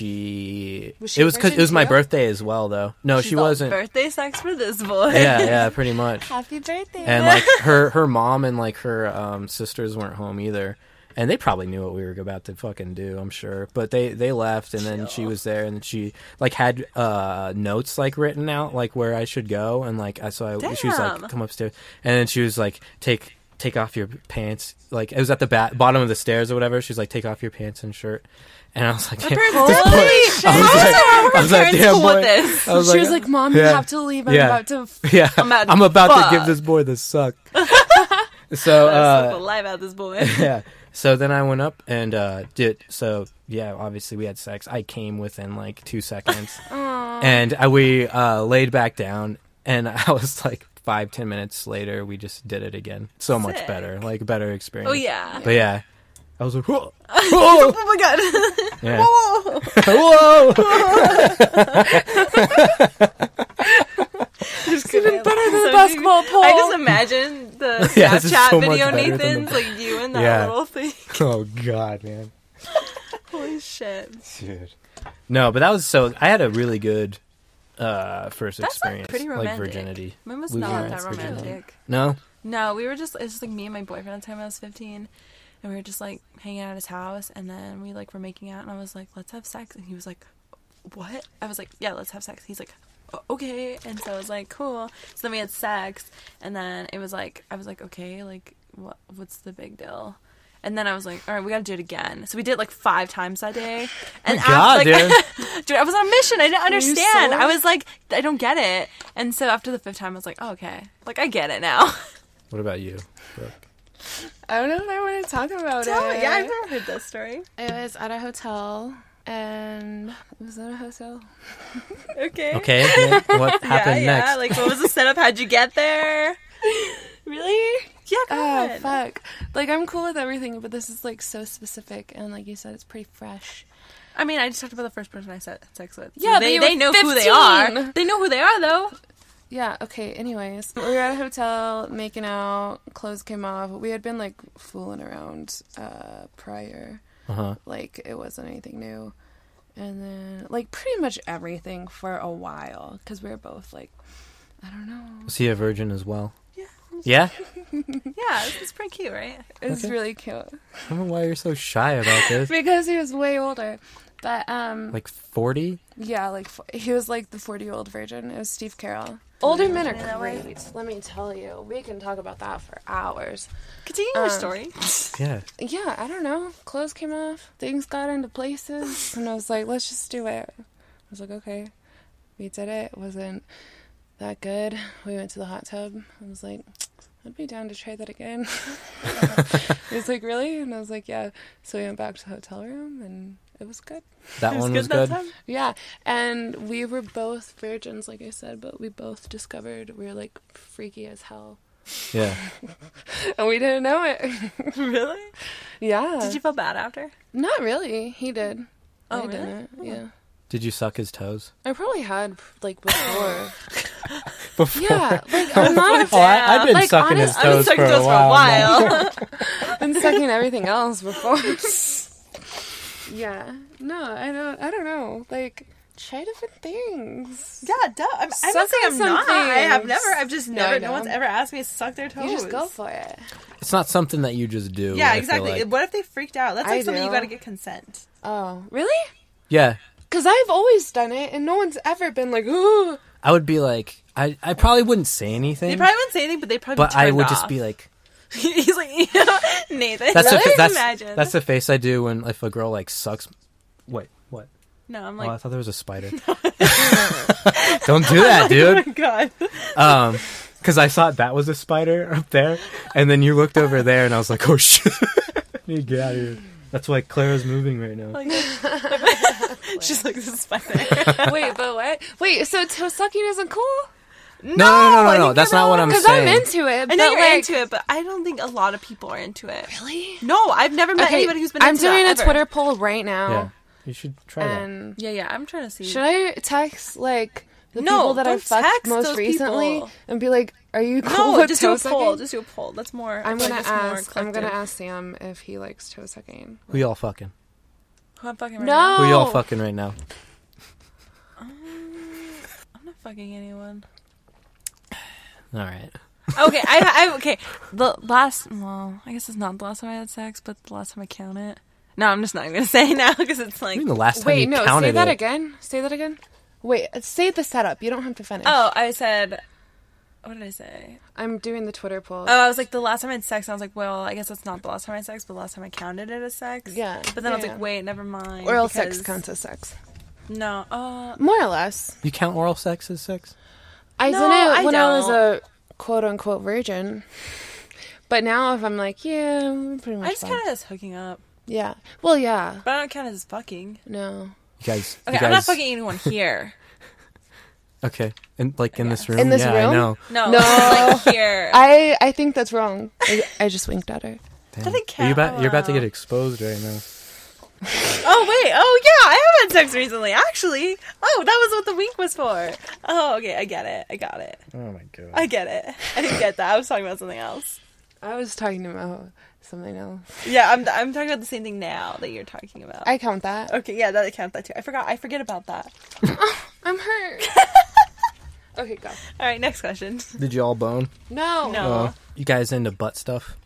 Speaker 3: she.
Speaker 2: Was she
Speaker 3: it was because it
Speaker 2: virgin
Speaker 3: was my
Speaker 2: too?
Speaker 3: birthday as well, though. No,
Speaker 1: She's
Speaker 3: she
Speaker 1: all,
Speaker 3: wasn't.
Speaker 1: Birthday sex for this boy.
Speaker 3: yeah, yeah, pretty much.
Speaker 2: Happy birthday.
Speaker 3: And like her, her mom and like her um, sisters weren't home either, and they probably knew what we were about to fucking do. I'm sure, but they they left, and then she was there, and she like had uh, notes like written out like where I should go, and like I saw I she was
Speaker 1: Damn.
Speaker 3: like come upstairs, and then she was like take take off your pants. Like it was at the ba- bottom of the stairs or whatever. She was like take off your pants and shirt, and I was like. <laughs>
Speaker 1: Holy shit.
Speaker 3: I was like,
Speaker 1: How
Speaker 3: I
Speaker 1: were
Speaker 3: was
Speaker 1: her
Speaker 3: like,
Speaker 1: parents
Speaker 3: damn
Speaker 1: cool with
Speaker 3: boy.
Speaker 1: this?
Speaker 3: I was
Speaker 2: she was like, Mom, you
Speaker 3: yeah.
Speaker 2: have to leave. I'm
Speaker 3: Yeah.
Speaker 2: about to. F-
Speaker 3: yeah,
Speaker 1: I'm
Speaker 3: I'm,
Speaker 1: at
Speaker 3: about
Speaker 1: fuck.
Speaker 3: to give this boy the suck. so,
Speaker 1: I slap
Speaker 3: uh,
Speaker 1: the life out of this boy.
Speaker 3: yeah. <laughs> So then I went up and uh, did. So yeah, obviously we had sex. I came within like
Speaker 1: <laughs>
Speaker 3: two seconds, and I, we uh, laid back down. And I was like five, ten minutes later, we just did it again. So much
Speaker 1: Sick.
Speaker 3: better, like better experience.
Speaker 1: Oh, yeah.
Speaker 3: But yeah, I was
Speaker 1: <laughs>
Speaker 3: like, whoa, <laughs> whoa,
Speaker 1: Oh my god.
Speaker 3: yeah.
Speaker 1: Oh.
Speaker 3: <laughs> whoa.
Speaker 1: It's even better
Speaker 2: than a basketball pole.
Speaker 1: I just imagine the
Speaker 3: Yeah, this
Speaker 1: Snapchat
Speaker 3: is so much
Speaker 1: video,
Speaker 3: better than
Speaker 1: Nathan's like you and that
Speaker 3: Yeah.
Speaker 1: little thing. <laughs>
Speaker 3: oh god, man.
Speaker 1: Holy shit.
Speaker 3: Dude. No, but that was so. I had a really good uh, first
Speaker 1: That's like
Speaker 3: experience,
Speaker 1: pretty romantic.
Speaker 3: virginity.
Speaker 1: Mine was
Speaker 3: Losing
Speaker 1: not
Speaker 3: your
Speaker 1: that
Speaker 3: ass virginity.
Speaker 1: romantic.
Speaker 3: No,
Speaker 1: No, we were just it's just like me and my boyfriend at the time I was fifteen and we were just like hanging out at his house and then we like were making out and I was like, Let's have sex and he was like, What? I was like, Yeah, let's have sex. He's like "O- okay and so I was like cool so then we had sex and then it was like I was like okay like what what's the big deal and then I was like all right we gotta do it again so we did it like five times that day and after,
Speaker 3: God,
Speaker 1: like, <laughs>
Speaker 3: dude.
Speaker 1: Dude, I was on a mission. I didn't
Speaker 2: you
Speaker 1: understand.
Speaker 2: sore?
Speaker 1: I was like, I don't get it. And so after the fifth time, I was like, oh, okay, like I get it now.
Speaker 3: What about you? Brooke?
Speaker 2: I don't know if I want to talk about it.
Speaker 1: never heard that story.
Speaker 2: it was at a hotel, and was that a hotel?
Speaker 1: Okay.
Speaker 3: Okay. yeah. What
Speaker 1: Eh? <laughs> Yeah,
Speaker 3: happened
Speaker 1: yeah.
Speaker 3: next?
Speaker 1: Like, what was the setup? How'd you get there? <laughs>
Speaker 2: Really?
Speaker 1: Yeah. Go
Speaker 2: Oh
Speaker 1: on.
Speaker 2: fuck! Like I'm cool with everything, but this is like so specific, and like you said, it's pretty fresh.
Speaker 1: I mean, I just talked about the first person I had sex with.
Speaker 2: Yeah, but
Speaker 1: they
Speaker 2: you
Speaker 1: they
Speaker 2: were
Speaker 1: know who they
Speaker 2: 15.
Speaker 1: are. They know who they are, though.
Speaker 2: Yeah. Okay. Anyways, we were at a hotel making out. Clothes came off. We had been like fooling around uh, prior.
Speaker 3: Uh-huh.
Speaker 2: Like it wasn't anything new. And then like pretty much everything for a while because we were both like, I don't know.
Speaker 3: Was he a virgin as well?
Speaker 1: Yeah.
Speaker 3: Yeah.
Speaker 1: Yeah, it's pretty cute, right?
Speaker 2: It's
Speaker 3: Okay.
Speaker 2: really cute
Speaker 3: I don't know why you're so shy
Speaker 1: <laughs>
Speaker 3: about this.
Speaker 2: because he was way older. But um,
Speaker 3: Like forty.
Speaker 2: yeah, like f- he was like the forty-year-old virgin. It was Steve Carroll. Older men are
Speaker 1: that way?
Speaker 2: great. Let me tell you, we can talk about that for hours.
Speaker 1: Continue your story.
Speaker 3: Yeah.
Speaker 2: yeah, I don't know. Clothes came off, things got into <laughs> places, and I was like, let's just do it. I was like, okay, we did it. It wasn't that good. We went to the hot tub. I was like, I'd be down to try that again. <laughs> he was like, really? And I was like, yeah. So we went back to the hotel room, and it was good.
Speaker 3: That
Speaker 1: It
Speaker 3: one
Speaker 1: good
Speaker 3: was
Speaker 1: that
Speaker 3: good.
Speaker 1: time?
Speaker 2: Yeah, and we were both virgins, like I said, but we both discovered we were like freaky as hell, <laughs>
Speaker 3: Yeah.
Speaker 2: and we didn't know
Speaker 1: <laughs>
Speaker 2: it.
Speaker 1: really?
Speaker 2: yeah.
Speaker 1: Did you feel bad after?
Speaker 2: Not really. He did.
Speaker 1: Oh,
Speaker 2: I
Speaker 1: really?
Speaker 3: <laughs>
Speaker 2: didn't. Yeah.
Speaker 3: Did you suck his toes
Speaker 2: I probably had like before.
Speaker 3: before?
Speaker 2: yeah, like
Speaker 1: <laughs>
Speaker 2: I'm not.
Speaker 3: Oh, I, have been
Speaker 2: Like,
Speaker 3: sucking his
Speaker 2: honest-
Speaker 1: I've been
Speaker 3: toes
Speaker 1: sucking
Speaker 3: for, a
Speaker 1: those for a
Speaker 3: while, now.
Speaker 1: while. <laughs>
Speaker 2: <laughs>
Speaker 3: <laughs>
Speaker 2: I've been sucking everything else before. <laughs> yeah. No, I don't. I don't know. Like try different things.
Speaker 1: yeah, duh. I'm, I'm
Speaker 2: Suck
Speaker 1: not saying
Speaker 2: on
Speaker 1: I'm not.
Speaker 2: some
Speaker 1: I have
Speaker 2: things.
Speaker 1: never. I've just
Speaker 2: No, I
Speaker 1: never. No,
Speaker 2: know.
Speaker 1: one's ever asked me to suck their toes.
Speaker 2: You just go for it.
Speaker 3: It's not something that you just do. I
Speaker 1: Yeah,
Speaker 3: feel
Speaker 1: exactly.
Speaker 3: like.
Speaker 1: What if they freaked out? That's
Speaker 2: I
Speaker 1: like something you
Speaker 2: do.
Speaker 1: got to get consent.
Speaker 2: Oh, really?
Speaker 3: Yeah,
Speaker 2: Because I've always done it, and no one's ever been like,
Speaker 3: <laughs>
Speaker 2: ooh.
Speaker 3: I would be like, I, I probably wouldn't say
Speaker 1: They
Speaker 3: anything,
Speaker 1: probably wouldn't say anything, but they probably.
Speaker 3: but I would just be like,
Speaker 1: <laughs> He's like, <laughs> you know, Nathan.
Speaker 3: that's
Speaker 1: really?
Speaker 3: the fa- that's
Speaker 1: Imagine.
Speaker 3: that's the face I do when if a girl like sucks. Wait, what?
Speaker 1: no, I'm
Speaker 3: oh, I
Speaker 1: like,
Speaker 2: <laughs>
Speaker 3: thought there was a
Speaker 1: <laughs>
Speaker 3: spider. <laughs> Don't do that,
Speaker 1: oh
Speaker 3: dude.
Speaker 1: my god.
Speaker 3: Um, because I thought that was a spider up there, and then you looked over there, and I was like, oh <laughs> shit, I need to get out of here. That's why Clara's moving right now.
Speaker 1: Like, <laughs> she's like, this is spider. <laughs>
Speaker 2: Wait, but what? Wait, so toe sucking isn't cool?
Speaker 1: no,
Speaker 3: no, no, no,
Speaker 1: I
Speaker 3: no,
Speaker 1: think
Speaker 3: that's
Speaker 1: they're
Speaker 3: not what I'm
Speaker 2: Because I'm
Speaker 3: saying.
Speaker 2: into it.
Speaker 1: I
Speaker 2: but
Speaker 1: know you're
Speaker 2: like,
Speaker 1: into it, but I don't think a lot of people are into it.
Speaker 2: Really?
Speaker 1: No, I've never met anybody who's been.
Speaker 2: I'm
Speaker 1: into
Speaker 2: doing
Speaker 1: that,
Speaker 2: a
Speaker 1: ever.
Speaker 2: Twitter poll right now.
Speaker 3: yeah, you should try that.
Speaker 2: And
Speaker 1: Yeah, yeah. I'm trying to see.
Speaker 2: should I text, like, the
Speaker 1: No,
Speaker 2: people that
Speaker 1: don't
Speaker 2: I've fucked
Speaker 1: text
Speaker 2: most
Speaker 1: those
Speaker 2: recently
Speaker 1: people.
Speaker 2: and be like, are you cool
Speaker 1: no,
Speaker 2: with
Speaker 1: just do
Speaker 2: toe
Speaker 1: a poll.
Speaker 2: sucking?
Speaker 1: Just do a poll. That's more. I
Speaker 2: I'm
Speaker 1: feel
Speaker 2: gonna
Speaker 1: like that's
Speaker 2: ask.
Speaker 1: more
Speaker 2: I'm gonna
Speaker 1: collective.
Speaker 2: ask Sam if he likes toe sucking.
Speaker 3: We all fucking.
Speaker 1: Who I'm fucking right now?
Speaker 2: No,
Speaker 3: We all fucking right now.
Speaker 1: I'm not fucking anyone.
Speaker 3: All right.
Speaker 1: okay, I, I okay. The last, well, I guess it's not the last time I had sex, but the last time I count it. No, I'm just not even gonna <laughs> say now because it's
Speaker 3: I
Speaker 1: like.
Speaker 3: mean, the last time
Speaker 2: Wait,
Speaker 3: you
Speaker 2: no,
Speaker 3: counted
Speaker 2: say that
Speaker 3: it,
Speaker 2: again. Say that again. Wait, say the setup. You don't have to finish.
Speaker 1: Oh, I said. What did I say?
Speaker 2: I'm doing the Twitter poll.
Speaker 1: Oh, I was like the last time I had sex. And I was like, well, I guess that's not the last time I had sex, but the last time I counted it as sex.
Speaker 2: Yeah,
Speaker 1: But then I was
Speaker 2: yeah.
Speaker 1: like, wait, never mind.
Speaker 2: Oral
Speaker 1: because-
Speaker 2: sex counts as sex,
Speaker 1: No. Uh,
Speaker 2: more or less.
Speaker 3: you count oral sex as sex?
Speaker 2: I
Speaker 1: No,
Speaker 2: did
Speaker 1: I
Speaker 2: it when I was a
Speaker 1: don't.
Speaker 2: quote unquote virgin, but now if I'm like, yeah, I'm pretty much.
Speaker 1: I just
Speaker 2: fine.
Speaker 1: count it as hooking up,
Speaker 2: Yeah. Well, yeah.
Speaker 1: but I don't count it as fucking.
Speaker 2: No.
Speaker 3: You guys.
Speaker 1: Okay,
Speaker 3: you guys,
Speaker 1: I'm not fucking anyone
Speaker 2: <laughs>
Speaker 1: here.
Speaker 3: Okay, in, like in this room.
Speaker 2: In this
Speaker 3: yeah,
Speaker 2: room?
Speaker 3: I know.
Speaker 1: No, <laughs>
Speaker 2: No.
Speaker 1: like here.
Speaker 2: I I think that's wrong. I, I just winked at her.
Speaker 3: Damn.
Speaker 1: Doesn't
Speaker 3: Are you
Speaker 1: count.
Speaker 3: about,
Speaker 1: Oh,
Speaker 3: you're about to
Speaker 1: wow.
Speaker 3: get exposed right now.
Speaker 1: Oh wait, oh yeah, I have had sex recently, actually. Oh, that was what the wink was for. Oh, okay, I get it. I got it.
Speaker 3: Oh my god.
Speaker 1: I get it. I didn't get that. I was talking about something else.
Speaker 2: I was talking about something else.
Speaker 1: Yeah, I'm I'm talking about the same thing now that you're talking about.
Speaker 2: I count that.
Speaker 1: okay, yeah, that counts that too. I forgot. I forget about that. <laughs>
Speaker 2: I'm hurt. okay, go.
Speaker 1: All right, next question.
Speaker 3: Did you all bone?
Speaker 2: No.
Speaker 1: No.
Speaker 3: Uh, you guys into butt stuff?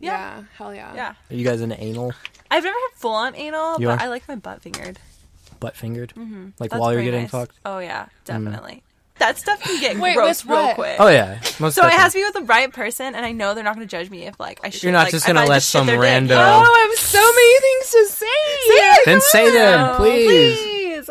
Speaker 1: Yeah.
Speaker 2: Yeah. Hell yeah.
Speaker 1: Yeah,
Speaker 3: Are you guys into anal?
Speaker 1: I've never had full on anal,
Speaker 3: You
Speaker 1: but
Speaker 3: are?
Speaker 1: I like my butt fingered.
Speaker 3: Butt fingered? Mm-hmm. Like
Speaker 1: That's
Speaker 3: while you're
Speaker 1: pretty
Speaker 3: getting
Speaker 1: nice.
Speaker 3: fucked? Mm.
Speaker 1: Oh yeah, definitely. That stuff can get
Speaker 2: <laughs> Wait,
Speaker 1: gross
Speaker 2: with
Speaker 1: real
Speaker 2: what?
Speaker 1: quick.
Speaker 3: Oh yeah. Most
Speaker 1: So it
Speaker 3: definitely.
Speaker 1: has to be with the right person, and I know they're not going to judge me if like I should.
Speaker 3: not
Speaker 1: like,
Speaker 3: just
Speaker 1: if
Speaker 3: gonna
Speaker 1: I
Speaker 3: let
Speaker 1: shit their
Speaker 3: some
Speaker 1: dick.
Speaker 3: rando-
Speaker 1: Oh,
Speaker 2: I have so many things to
Speaker 1: yeah,
Speaker 2: say.
Speaker 3: Then
Speaker 1: come
Speaker 3: say
Speaker 1: on.
Speaker 3: them, please.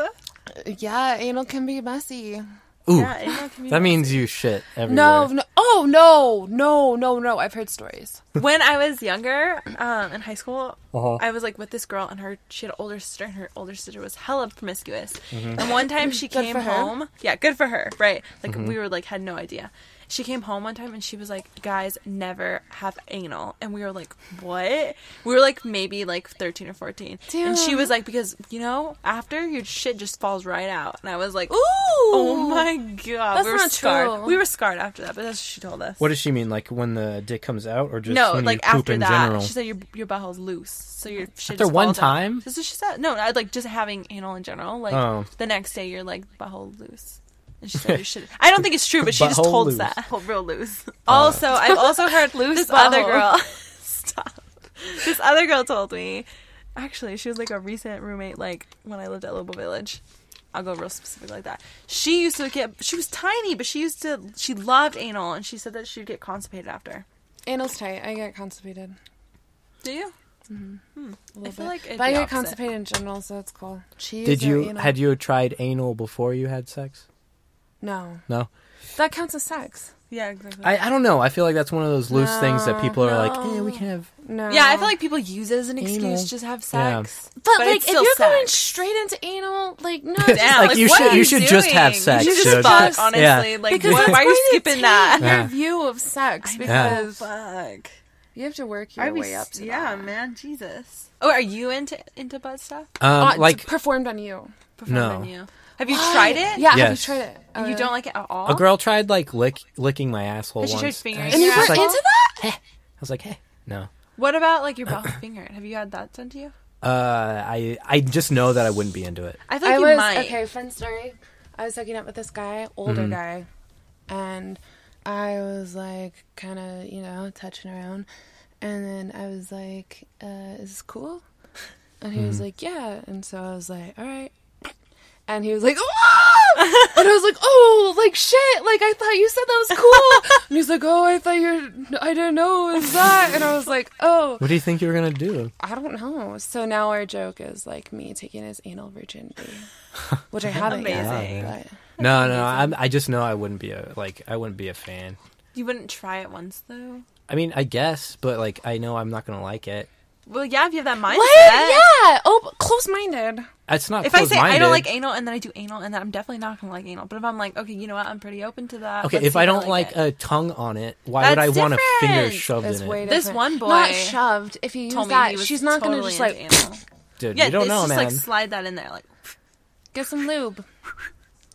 Speaker 1: Please.
Speaker 2: Yeah, anal can be messy.
Speaker 3: Ooh.
Speaker 1: Yeah, anal can be
Speaker 3: that
Speaker 1: nice.
Speaker 3: means you shit everywhere.
Speaker 2: No, no, oh no, no, no, no. I've heard stories.
Speaker 1: when I was younger, um, in high school,
Speaker 3: Uh-huh.
Speaker 1: I was like with this girl, and her she had an older sister, and her older sister was hella promiscuous.
Speaker 3: Mm-hmm.
Speaker 1: And one time she
Speaker 2: Good
Speaker 1: came
Speaker 2: for her.
Speaker 1: home, yeah, good for her, right? Like
Speaker 3: Mm-hmm.
Speaker 1: we were like had no idea. She came home one time and she was like, "Guys, never have anal," and we were like, "What?" We were like maybe like thirteen or fourteen, and she
Speaker 2: Damn.
Speaker 1: was like, "Because you know, after your shit just falls right out," and I was like, "Oh my god,
Speaker 2: That's
Speaker 1: we were
Speaker 2: not
Speaker 1: scarred.
Speaker 2: true.
Speaker 1: We were scarred after that, but that's what she told us."
Speaker 3: What does she mean? Like when the dick comes out or just
Speaker 1: no,
Speaker 3: when
Speaker 1: like
Speaker 3: you poop
Speaker 1: after
Speaker 3: in
Speaker 1: that,
Speaker 3: general?
Speaker 1: she said your your butthole's loose, so your shit
Speaker 3: After
Speaker 1: just
Speaker 3: one
Speaker 1: falls out.
Speaker 3: time?
Speaker 1: That's what she said. No, I like just having anal in general. Like
Speaker 3: Oh.
Speaker 1: the next day, you're like butthole loose. And she said your shit. I don't think it's true, but she just
Speaker 3: Butthole
Speaker 1: told
Speaker 3: loose.
Speaker 1: us that Whole real loose. <laughs> Also,
Speaker 3: Uh.
Speaker 1: I've also <laughs> heard
Speaker 2: Loose
Speaker 1: this other
Speaker 2: butthole.
Speaker 1: <laughs> girl. Stop. This other girl told me. Actually, she was like a recent roommate, like when I lived at Lobo Village. I'll go real specific like that. She used to get. She was tiny, but she used to. She loved anal, and she said that she'd get constipated after.
Speaker 2: Anal's tight. I get constipated.
Speaker 1: Do you?
Speaker 2: A
Speaker 1: feel
Speaker 2: little bit.
Speaker 1: like it'd
Speaker 2: but I
Speaker 1: be
Speaker 2: get
Speaker 1: opposite.
Speaker 2: constipated in general, so it's cool. Cheese
Speaker 3: Did
Speaker 2: or
Speaker 3: you
Speaker 2: anal?
Speaker 3: had you tried anal before you had sex?
Speaker 2: no?
Speaker 3: No.
Speaker 2: That counts as sex.
Speaker 1: Yeah, exactly.
Speaker 3: I, I don't know. I feel like that's one of those loose things that people are like,
Speaker 2: No.
Speaker 3: "Yeah, we can have
Speaker 2: No.
Speaker 1: yeah, I feel like people use it as an excuse
Speaker 3: um, Anal.
Speaker 1: to just have
Speaker 3: Yeah.
Speaker 1: sex.
Speaker 2: But, like,
Speaker 1: it's
Speaker 2: if
Speaker 1: still
Speaker 2: you're going
Speaker 1: sex.
Speaker 2: straight into anal, like no,
Speaker 3: It's
Speaker 1: Damn,
Speaker 3: like, you
Speaker 1: what
Speaker 3: should-
Speaker 1: are
Speaker 3: you should just have
Speaker 1: doing?
Speaker 3: sex,
Speaker 1: You should
Speaker 2: dude.
Speaker 1: just fuck,
Speaker 2: Yeah.
Speaker 1: honestly. Like,
Speaker 2: because
Speaker 1: why,
Speaker 2: that's
Speaker 1: why are you
Speaker 2: going to
Speaker 1: skipping
Speaker 2: taint
Speaker 1: that?
Speaker 2: Your
Speaker 3: Yeah.
Speaker 2: view of sex
Speaker 3: Yeah.
Speaker 2: because
Speaker 1: fuck.
Speaker 2: you have to work your way up to that.
Speaker 1: man, Jesus. Oh, are you into into butt stuff?
Speaker 3: um
Speaker 2: Uh,
Speaker 3: like
Speaker 2: performed on you.
Speaker 1: prefer
Speaker 3: No.
Speaker 1: menu. Have you tried it?
Speaker 2: Yeah, have you
Speaker 3: Yes.
Speaker 2: tried it? Uh,
Speaker 1: And you don't like it at all?
Speaker 3: A girl tried like lick licking my asshole
Speaker 1: Has she
Speaker 3: once.
Speaker 1: tried fingering
Speaker 2: And
Speaker 1: your
Speaker 2: you
Speaker 3: I
Speaker 2: were
Speaker 3: was
Speaker 1: asshole?
Speaker 3: like,
Speaker 2: into that?
Speaker 3: I was like, hey, no.
Speaker 1: What about like your
Speaker 3: <coughs>
Speaker 1: boss fingered? Have you had that done to you?
Speaker 3: Uh, I I just know that I wouldn't be into it.
Speaker 1: I feel like
Speaker 2: I
Speaker 1: you
Speaker 2: was
Speaker 1: might. Mm-hmm.
Speaker 2: okay. Fun story. I was hooking up with this guy, older guy, and I was like, kind of, you know, touching around, and then I was like, uh, "Is this cool?" And he
Speaker 1: Mm-hmm.
Speaker 2: was like, "Yeah," and so I was like, "All right." And he was like, "Oh!" and I was like, "Oh, like shit! Like I thought you said that was cool." and he's like, "Oh, I thought you, were I didn't know it was that." And I was like, "Oh,
Speaker 3: What do you think you were gonna do?
Speaker 2: I don't know. So now our joke is like me taking his anal
Speaker 3: <laughs>
Speaker 2: virginity, which I haven't
Speaker 1: Amazing.
Speaker 2: yet.
Speaker 3: No, no. I'm, I just know I wouldn't be a like. I wouldn't be a fan.
Speaker 1: You wouldn't try it once though.
Speaker 3: I mean, I guess, but like, I know I'm not gonna like it.
Speaker 1: Well, yeah, if you have that mindset.
Speaker 2: But yeah. Oh, close-minded.
Speaker 3: It's not.
Speaker 1: If I say I
Speaker 3: closed-minded.
Speaker 1: don't like anal and then I do anal and then I'm definitely not gonna like anal. But if I'm like, okay, you know what, I'm pretty open to that.
Speaker 3: Okay,
Speaker 1: Let's
Speaker 3: if
Speaker 1: see
Speaker 3: I don't
Speaker 1: I
Speaker 3: like
Speaker 1: it.
Speaker 3: a tongue on it, why would I
Speaker 1: That's
Speaker 3: want a finger
Speaker 1: different.
Speaker 3: shoved
Speaker 2: It's
Speaker 3: in
Speaker 2: way
Speaker 3: it?
Speaker 1: This
Speaker 2: different.
Speaker 1: one boy
Speaker 2: not shoved. If you use
Speaker 1: told me he
Speaker 2: that,
Speaker 1: was
Speaker 2: she's not
Speaker 1: totally
Speaker 2: gonna just like
Speaker 1: into anal.
Speaker 3: Dude,
Speaker 1: Yeah,
Speaker 3: you don't
Speaker 1: it's
Speaker 3: know,
Speaker 1: just
Speaker 3: man.
Speaker 1: like slide that in there, like
Speaker 2: get some lube,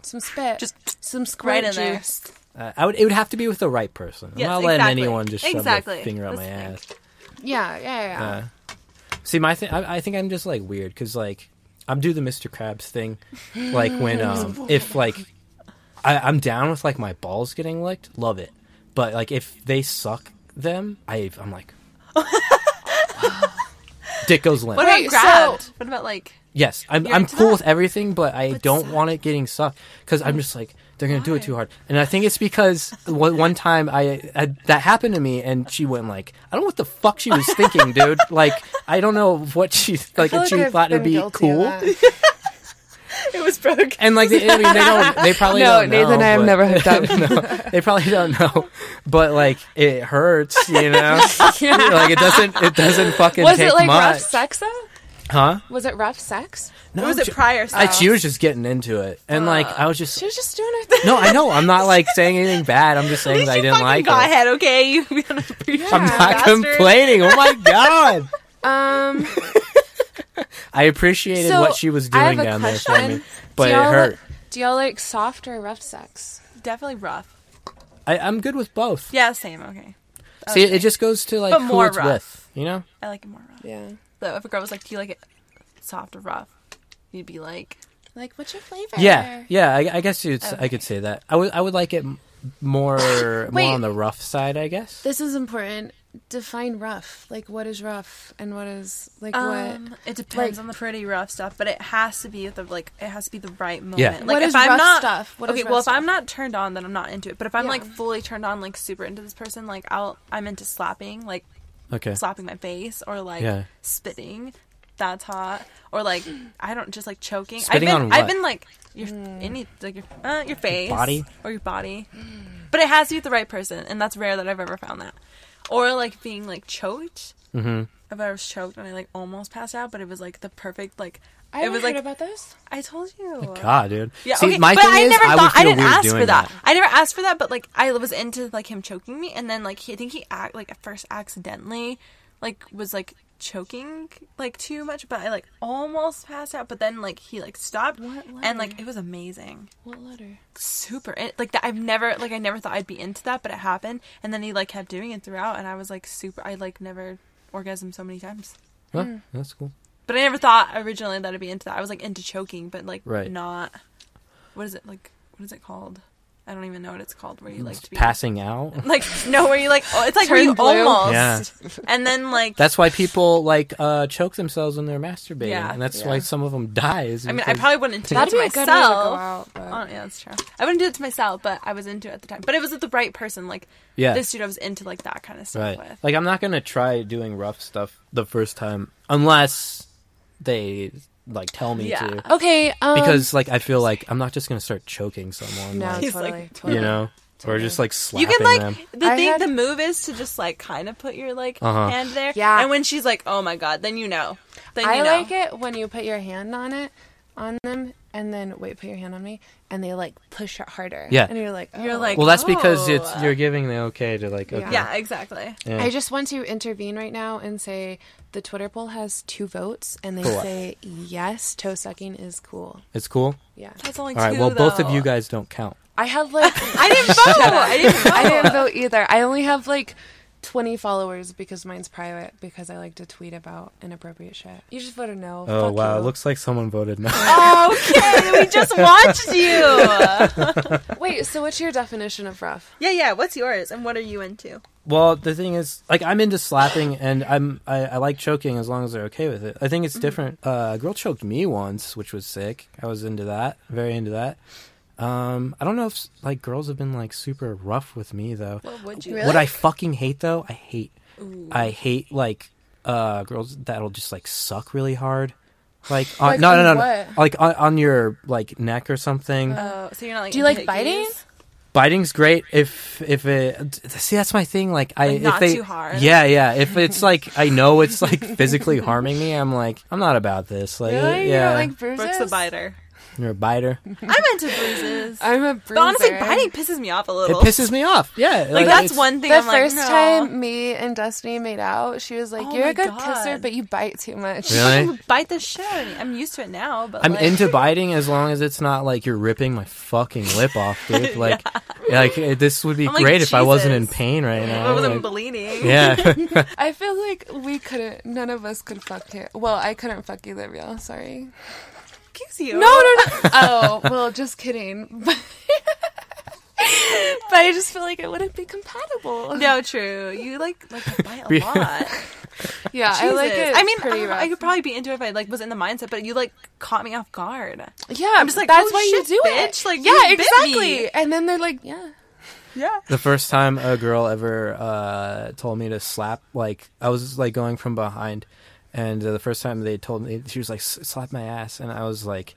Speaker 2: some spit,
Speaker 1: Just
Speaker 2: some squirt
Speaker 1: right in there.
Speaker 2: juice.
Speaker 3: Uh, I would. It would have to be with the right person. I'm
Speaker 1: Yes,
Speaker 3: not letting
Speaker 1: exactly.
Speaker 3: anyone just shove
Speaker 1: Exactly.
Speaker 3: their finger up my
Speaker 1: That's the thing.
Speaker 3: ass.
Speaker 2: Yeah, yeah, yeah.
Speaker 3: Uh, see, my thing. I, I think I'm just like weird because like I'm do the Mr. Krabs thing, like when um if like I, I'm down with like my balls getting licked, love it. But like if they suck them, I I'm like, dick goes limp.
Speaker 1: What
Speaker 2: Wait,
Speaker 1: about grabbed?
Speaker 2: so-
Speaker 1: what about like
Speaker 3: Yes, I'm
Speaker 1: You're
Speaker 3: I'm
Speaker 1: into
Speaker 3: cool
Speaker 1: that?
Speaker 3: with everything, but I don't
Speaker 1: suck.
Speaker 3: want it getting sucked because I'm just like they're gonna do it
Speaker 1: Why?
Speaker 3: too hard. And I think it's because one, one time I, I that happened to me, and she went like, I don't know what the fuck she was
Speaker 2: <laughs>
Speaker 3: thinking, dude. Like I don't know what she like,
Speaker 2: feel
Speaker 3: if she
Speaker 2: like I've
Speaker 3: thought it'd
Speaker 2: been
Speaker 3: be
Speaker 2: guilty of
Speaker 3: cool.
Speaker 2: that.
Speaker 3: <laughs>
Speaker 1: it was broken.
Speaker 3: And like they, I mean, they don't,
Speaker 2: <laughs>
Speaker 3: they probably
Speaker 2: No,
Speaker 3: don't know,
Speaker 2: Nathan, I have
Speaker 3: but-
Speaker 2: never hooked up.
Speaker 3: no, they probably don't know, but like it
Speaker 2: <laughs>
Speaker 3: hurts, you know.
Speaker 2: Yeah.
Speaker 3: Like it doesn't, <laughs> it doesn't fucking
Speaker 2: Was
Speaker 3: take
Speaker 2: it like rough
Speaker 3: much,
Speaker 2: sex though?
Speaker 3: huh?
Speaker 2: Was it rough sex?
Speaker 3: No,
Speaker 1: Or was it
Speaker 3: she-
Speaker 1: prior
Speaker 3: I,
Speaker 1: stuff?
Speaker 3: she was just getting into it, and like I was just
Speaker 2: She was just doing her thing.
Speaker 3: No, I know. I'm not like saying anything bad. I'm
Speaker 2: <laughs>
Speaker 3: just saying that I didn't like it.
Speaker 1: go ahead, okay? You unappreciative
Speaker 3: I'm not
Speaker 1: bastard.
Speaker 3: complaining.
Speaker 1: <laughs>
Speaker 3: Oh my god.
Speaker 2: Um.
Speaker 3: I appreciated
Speaker 2: So,
Speaker 3: what she was
Speaker 2: I
Speaker 3: doing
Speaker 2: have a
Speaker 3: down there for
Speaker 2: question.
Speaker 3: me,
Speaker 2: Do
Speaker 3: but it
Speaker 2: y'all li-
Speaker 3: hurt.
Speaker 2: Do y'all like soft or rough sex?
Speaker 1: Definitely rough.
Speaker 3: I, I'm good with both.
Speaker 1: Yeah, same. Okay,
Speaker 3: See, it just goes to like
Speaker 1: But
Speaker 3: who
Speaker 1: more
Speaker 3: it's
Speaker 1: rough.
Speaker 3: with. You know,
Speaker 1: I like it more rough.
Speaker 2: Yeah.
Speaker 1: Though if a girl was like, "Do you like it soft or rough?" You'd be like,
Speaker 2: Like, what's your flavor?
Speaker 3: yeah, yeah. I, I guess you'd, s I
Speaker 1: Okay.
Speaker 3: could say that. I would, I would like it m-
Speaker 1: <laughs>
Speaker 3: more,
Speaker 2: Wait.
Speaker 3: more on the rough side, I guess.
Speaker 2: This is important. Define rough. Like, what is rough and what is, like,
Speaker 1: um, "It depends
Speaker 2: Like-
Speaker 1: on the pretty rough stuff, but it has to be with the like, it has to be the right moment."
Speaker 3: Yeah.
Speaker 1: Like
Speaker 2: What
Speaker 1: if
Speaker 2: is
Speaker 1: I'm
Speaker 2: rough
Speaker 1: not
Speaker 2: stuff? What is
Speaker 1: okay,
Speaker 2: rough
Speaker 1: well, if
Speaker 2: stuff?
Speaker 1: I'm not turned on, then I'm not into it. But if I'm
Speaker 2: Yeah.
Speaker 1: like fully turned on, like super into this person, like I'll I'm into slapping, like
Speaker 3: Okay.
Speaker 1: slapping my face or like
Speaker 3: Yeah.
Speaker 1: spitting. That's hot. Or like I don't just like choking.
Speaker 3: Spitting
Speaker 1: I've
Speaker 3: on
Speaker 1: been
Speaker 3: what?
Speaker 1: I've been like your any like your uh, your face
Speaker 3: body?
Speaker 1: or your body. But it has to be with the right person and that's rare that I've ever found that. Or like being like choked. Mhm.
Speaker 3: Mm-hmm.
Speaker 1: If I was choked and I like almost passed out, but it was like the perfect like
Speaker 2: I
Speaker 1: it was like
Speaker 2: about this.
Speaker 1: I told you.
Speaker 3: God, dude.
Speaker 1: Yeah,
Speaker 3: See,
Speaker 1: okay,
Speaker 3: my
Speaker 1: but
Speaker 3: thing
Speaker 1: I
Speaker 3: is,
Speaker 1: never
Speaker 3: I would
Speaker 1: thought
Speaker 3: feel
Speaker 1: I didn't
Speaker 3: weird
Speaker 1: ask
Speaker 3: doing
Speaker 1: for that. I never asked for that, but like I was into like him choking me, and then like he, I think he act like at first accidentally, like was like choking like too much, but I like almost passed out, but then like he like stopped,
Speaker 2: What
Speaker 1: and like it was amazing,
Speaker 2: What letter?
Speaker 1: super and, like that. I've never like I never thought I'd be into that, but it happened, and then he like kept doing it throughout, and I was like super. I like never orgasmed so many times.
Speaker 3: Huh?
Speaker 1: Hmm.
Speaker 3: That's cool.
Speaker 1: But I never thought originally that I'd be into that. I was like into choking, but like
Speaker 3: Right.
Speaker 1: not. What is it like? What is it called? I don't even know what it's called. Where you like to be
Speaker 3: Passing
Speaker 1: <laughs>
Speaker 3: out.
Speaker 1: Like no, where you like oh, it's like where
Speaker 2: Turn
Speaker 1: you
Speaker 2: blue.
Speaker 1: almost,
Speaker 3: Yeah.
Speaker 1: and then like
Speaker 3: That's why people like uh, choke themselves when they're masturbating,
Speaker 1: Yeah,
Speaker 3: and that's
Speaker 1: yeah.
Speaker 3: why some of them die. is
Speaker 1: I mean, I
Speaker 3: because-
Speaker 1: probably wouldn't do it
Speaker 2: That'd
Speaker 1: to
Speaker 2: be a
Speaker 1: myself.
Speaker 2: good way to go out.
Speaker 1: Oh,
Speaker 2: But
Speaker 1: yeah, that's true. I wouldn't do it to myself, but I was into it at the time. But it was with the right person. Like
Speaker 3: yeah.
Speaker 1: this dude, I was into like that kind of stuff
Speaker 3: Right.
Speaker 1: with.
Speaker 3: Like I'm not gonna try doing rough stuff the first time unless they like tell me
Speaker 1: Yeah.
Speaker 3: to.
Speaker 2: okay. Um,
Speaker 3: Because like I feel like I'm not just gonna start choking someone.
Speaker 2: no,
Speaker 3: like,
Speaker 1: He's
Speaker 2: totally,
Speaker 1: like-
Speaker 2: totally.
Speaker 3: you know, or just like slapping
Speaker 1: You can like
Speaker 3: them.
Speaker 1: the
Speaker 2: I
Speaker 1: thing.
Speaker 2: had-
Speaker 1: The move is to just like kind of put your like
Speaker 3: Uh-huh.
Speaker 1: hand there.
Speaker 2: Yeah.
Speaker 1: And when she's like, "Oh my god," then you know. Then you
Speaker 2: I
Speaker 1: know.
Speaker 2: like it when you put your hand on it, on them, and then wait, put your hand on me, and they like push it harder.
Speaker 3: Yeah.
Speaker 2: and you're like, oh.
Speaker 1: You're like,
Speaker 3: Well, that's because
Speaker 1: oh.
Speaker 3: it's you're giving the okay to like. Okay.
Speaker 1: Yeah, exactly.
Speaker 3: Yeah.
Speaker 2: I just want to intervene right now and say the Twitter poll has two votes, and they
Speaker 3: For what?
Speaker 2: say yes, toe sucking is cool.
Speaker 3: It's cool.
Speaker 2: Yeah,
Speaker 1: That's only
Speaker 3: All right.
Speaker 1: two,
Speaker 3: Well, both of
Speaker 1: though.
Speaker 3: you guys don't count.
Speaker 2: <laughs> I have like
Speaker 1: I
Speaker 3: <laughs>
Speaker 1: didn't vote. I didn't vote. <laughs>
Speaker 2: I didn't vote either. I only have like 20 followers because mine's private because I like to tweet about inappropriate shit. You just voted no.
Speaker 3: Oh
Speaker 2: Fuck
Speaker 3: wow!
Speaker 2: you.
Speaker 3: It looks like someone voted no.
Speaker 1: Okay, we just watched you.
Speaker 2: Wait, so what's your definition of rough?
Speaker 1: <laughs> yeah, yeah. What's yours, and what are you into?
Speaker 3: Well, the thing is, like, I'm into slapping, and I'm I, I like choking as long as they're okay with it. I think it's
Speaker 2: Mm-hmm.
Speaker 3: different. Uh, a girl choked me once, which was sick. I was into that, very into that. Um, I don't know if like girls have been like super rough with me though.
Speaker 1: What would you?
Speaker 3: What I fucking hate though, I hate, I hate like uh girls that'll just like suck really hard. Like, on,
Speaker 2: Like
Speaker 3: no,
Speaker 2: on
Speaker 3: no, no, no,
Speaker 2: what? Uh,
Speaker 3: like on, on your like neck or something.
Speaker 1: Oh, so you're not like.
Speaker 2: Do you like
Speaker 1: into
Speaker 2: biting?
Speaker 1: hickeys?
Speaker 3: biting's great if if it see that's my thing like i
Speaker 1: Like,
Speaker 3: if
Speaker 1: not
Speaker 3: they
Speaker 1: too hard.
Speaker 3: yeah
Speaker 1: <laughs>
Speaker 3: yeah if it's like i know it's like physically harming me i'm like i'm not about this like
Speaker 2: Really?
Speaker 3: yeah
Speaker 2: You don't like bruises?
Speaker 1: Brooks the biter.
Speaker 3: you're a biter
Speaker 1: I'm into
Speaker 2: <laughs>
Speaker 1: bruises.
Speaker 2: I'm a bruiser.
Speaker 1: but honestly, biting pisses me off a
Speaker 3: it
Speaker 1: little.
Speaker 3: pisses me off yeah
Speaker 1: like that's
Speaker 3: it's-
Speaker 1: one thing.
Speaker 2: The
Speaker 1: I'm like,
Speaker 2: first
Speaker 1: no.
Speaker 2: time me and Destiny made out, she was like,
Speaker 1: Oh
Speaker 2: "You're
Speaker 1: my
Speaker 2: a good
Speaker 1: God.
Speaker 2: kisser, but you bite too much."
Speaker 3: really
Speaker 1: You bite the shit out of me. I'm used to it now, but
Speaker 3: i'm
Speaker 1: like,
Speaker 3: into biting as long as it's not like you're ripping my fucking lip off
Speaker 1: <laughs>
Speaker 3: dude like like it- this would be
Speaker 1: I'm like,
Speaker 3: great if i wasn't in
Speaker 1: Jesus.
Speaker 3: pain right
Speaker 1: <laughs> I
Speaker 3: now
Speaker 1: wasn't
Speaker 3: like,
Speaker 1: bleeding.
Speaker 3: yeah
Speaker 1: <laughs>
Speaker 2: I feel like we couldn't. None of us could fuck you. Well, I couldn't fuck either, real. Sorry.
Speaker 1: Excuse you.
Speaker 2: No, no, no.
Speaker 1: <laughs>
Speaker 2: oh, well, just kidding. <laughs> but I just feel like it wouldn't be compatible.
Speaker 1: No, true. You like like to bite a
Speaker 3: <laughs> Yeah.
Speaker 1: lot.
Speaker 2: Yeah, I like
Speaker 1: Jesus.
Speaker 2: it.
Speaker 1: I mean,
Speaker 2: pretty
Speaker 1: I,
Speaker 2: rough.
Speaker 1: I could probably be into it if I like was in the mindset, but you like caught me off guard.
Speaker 2: yeah, I'm
Speaker 1: just like,
Speaker 2: that's
Speaker 1: oh,
Speaker 2: why
Speaker 1: shit,
Speaker 2: you do
Speaker 1: bitch,
Speaker 2: it.
Speaker 1: like,
Speaker 2: yeah,
Speaker 1: you bit
Speaker 2: exactly.
Speaker 1: me.
Speaker 2: And then they're like, yeah,
Speaker 1: Yeah.
Speaker 3: The first time a girl ever uh, told me to slap, like I was like going from behind, and uh, the first time they told me, she was like, "S- "Slap my ass," and I was like,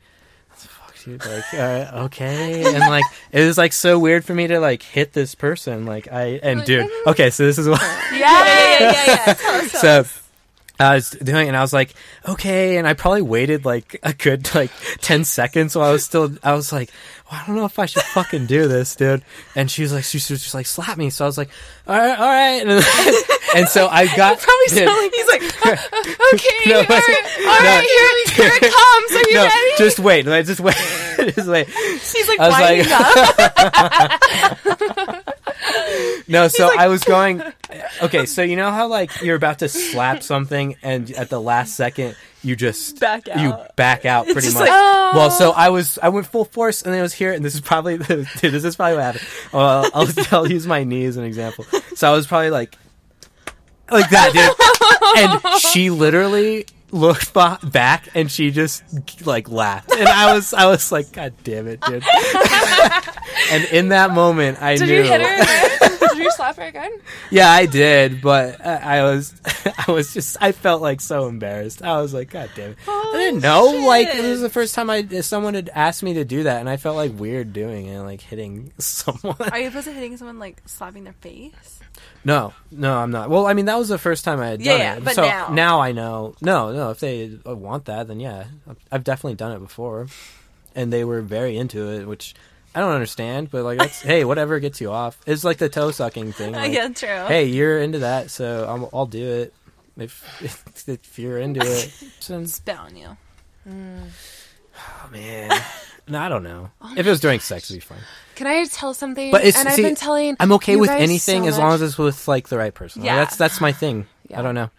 Speaker 3: "What the "Fuck, dude!" Like, uh, okay, and like it was like so weird for me to like hit this person, like I and dude, okay, so this is what
Speaker 2: yeah,
Speaker 1: Yeah, yeah, yeah, yeah. Tell us, tell
Speaker 3: so
Speaker 1: us.
Speaker 3: I was doing, it and I was like, okay, and I probably waited like a good like ten seconds while I was still, I was like, well, I don't know if I should fucking do this, dude. And she was like, she was just like, slap me. So I was like, all right, all right, and, <laughs> and so I
Speaker 2: <laughs>
Speaker 3: got
Speaker 2: Probably
Speaker 3: dude,
Speaker 2: sound like he's like, <laughs> okay,
Speaker 3: <laughs> No,
Speaker 2: all right, all right, here, here it
Speaker 3: <laughs>
Speaker 2: comes. Are you
Speaker 3: no,
Speaker 2: ready?
Speaker 3: just wait, like, just wait, <laughs> just wait.
Speaker 1: He's like
Speaker 3: I was
Speaker 1: winding
Speaker 3: like-
Speaker 1: up.
Speaker 3: No, so I was going.
Speaker 2: <laughs>
Speaker 3: Okay, so you know how like you're about to slap something, and at the last second you just
Speaker 1: Back
Speaker 3: <laughs> You
Speaker 1: out.
Speaker 3: back out pretty
Speaker 1: just
Speaker 3: much.
Speaker 1: like-
Speaker 3: Well, so
Speaker 2: oh.
Speaker 3: I was I went full force, and then it was here, and this is probably <laughs> dude, this is probably what happened. Well, I'll, <laughs> I'll use my knee as an example. So I was probably like like that, dude, and she literally looked ba- back and she just like laughed, and I was I was like, God damn it, dude. <laughs> and in that moment, I
Speaker 2: Did
Speaker 3: knew.
Speaker 2: you hit her
Speaker 3: <laughs>
Speaker 2: again? Did you slap her again?
Speaker 3: Yeah, I did, but I I was, <laughs> I was just, I felt like so embarrassed. I was like, God damn it! I didn't know. Like, this is the first time I someone had asked me to do that, and I felt like weird doing it, like hitting <laughs> someone.
Speaker 1: Are you supposed to hitting someone like slapping their face?
Speaker 3: no, no, I'm not. Well, I mean, that was the first time I had done
Speaker 1: Yeah,
Speaker 3: it,
Speaker 1: but
Speaker 3: so
Speaker 1: now-
Speaker 3: I know. No, no, if they uh, want that, then yeah, I've- I've definitely done it before, and they were very into it, which. I don't understand, but
Speaker 1: <laughs>
Speaker 3: like, that's, hey, whatever gets you off. It's like the toe sucking thing. like-
Speaker 1: yeah, true.
Speaker 3: hey, you're into that, so I'm, I'll do it. If, <laughs> if you're into it,
Speaker 1: <laughs>
Speaker 3: So-
Speaker 1: Spit on you.
Speaker 3: oh man, no, I don't know. if it was during sex, it'd be fine.
Speaker 2: Can I tell something?
Speaker 3: But it's-
Speaker 2: and I've
Speaker 3: see,
Speaker 2: been telling.
Speaker 3: I'm okay
Speaker 2: you
Speaker 3: with
Speaker 2: guys
Speaker 3: anything
Speaker 2: so
Speaker 3: as long
Speaker 2: much.
Speaker 3: as it's with like the right person. Like,
Speaker 1: Yeah.
Speaker 3: that's that's my thing.
Speaker 2: Yeah.
Speaker 3: I don't know.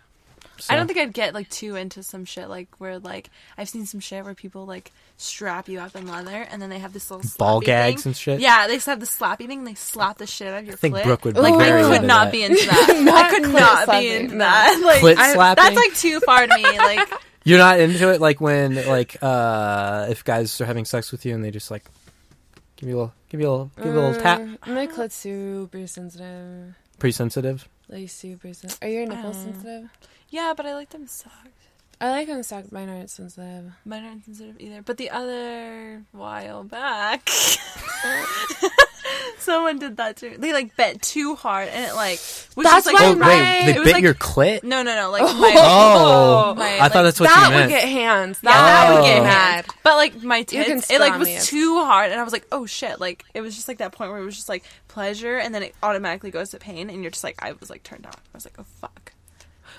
Speaker 1: I don't think I'd get like too into some shit like where like I've seen some shit where people like strap you up in leather and then they have this little
Speaker 3: Ball
Speaker 1: slappy
Speaker 3: gags
Speaker 1: thing.
Speaker 3: and shit?
Speaker 1: Yeah, they just have the slappy thing and they slap the shit out of your. I
Speaker 3: think
Speaker 1: clit.
Speaker 3: Brooke would be
Speaker 1: like
Speaker 2: very
Speaker 1: I could
Speaker 2: into
Speaker 1: not
Speaker 3: that.
Speaker 1: be into
Speaker 3: <laughs>
Speaker 1: that.
Speaker 2: Not
Speaker 1: I could
Speaker 2: clit
Speaker 1: not be
Speaker 2: slapping,
Speaker 1: into
Speaker 2: no.
Speaker 1: that. <laughs> Like
Speaker 3: Clit
Speaker 1: I-
Speaker 3: slapping?
Speaker 1: That's like too far to me. Like <laughs>
Speaker 3: you're not into it. Like when like uh if guys are having sex with you and they just like give you a little give you a little give you a little tap.
Speaker 2: Mm, My clit's super sensitive.
Speaker 3: Pretty sensitive.
Speaker 2: Like super sensitive. Are your nipples
Speaker 1: Oh.
Speaker 2: sensitive?
Speaker 1: yeah, but I like them soft.
Speaker 2: I like them socked. Mine aren't sensitive.
Speaker 1: Mine aren't sensitive either. But the other while back, <laughs> Someone did that to me. They like bet too hard, and it like was
Speaker 2: That's
Speaker 1: just, like,
Speaker 2: why
Speaker 3: Oh
Speaker 1: a-
Speaker 2: my-
Speaker 3: wait, they
Speaker 1: it was
Speaker 3: bit
Speaker 1: like-
Speaker 3: your
Speaker 1: <laughs>
Speaker 3: clit?
Speaker 1: No, no, no. Like my,
Speaker 3: Oh,
Speaker 1: my,
Speaker 3: I
Speaker 1: like-
Speaker 3: thought that's what
Speaker 2: that
Speaker 3: you meant.
Speaker 2: would get hands. That,
Speaker 1: yeah,
Speaker 3: Oh.
Speaker 1: I would get
Speaker 2: mad.
Speaker 1: mad. But like my
Speaker 2: You can
Speaker 1: tits, it like
Speaker 2: strum
Speaker 1: was
Speaker 2: me.
Speaker 1: too hard, and I was like, oh shit! Like it was just like that point where it was just like pleasure, and then it automatically goes to pain, and you're just like, I was like turned on. I was like, oh fuck,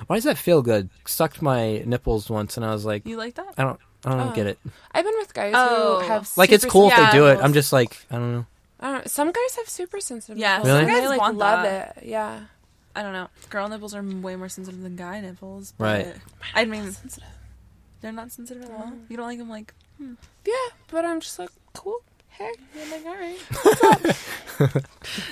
Speaker 3: Why does that feel good? Sucked my nipples once, and I was like,
Speaker 1: you oh. like that?
Speaker 3: I don't, I don't get it.
Speaker 2: I've been with guys
Speaker 1: Oh.
Speaker 2: who have
Speaker 3: Like it's
Speaker 2: super
Speaker 3: cool if
Speaker 2: sensitive
Speaker 3: they do it.
Speaker 2: nipples.
Speaker 3: I'm just like, I don't know.
Speaker 2: I don't know. Some guys have super sensitive.
Speaker 1: Yeah,
Speaker 2: nipples.
Speaker 3: Really?
Speaker 2: Some guys
Speaker 1: They,
Speaker 2: like
Speaker 1: like, want
Speaker 2: love
Speaker 1: that.
Speaker 2: it. Yeah.
Speaker 1: I don't know. Girl nipples are way more sensitive than guy nipples. but-
Speaker 3: Right.
Speaker 1: I mean, they're not sensitive at all. You don't like them like <laughs>
Speaker 2: Yeah, but I'm just like cool. Hey, I'm like all
Speaker 3: <laughs>
Speaker 2: right.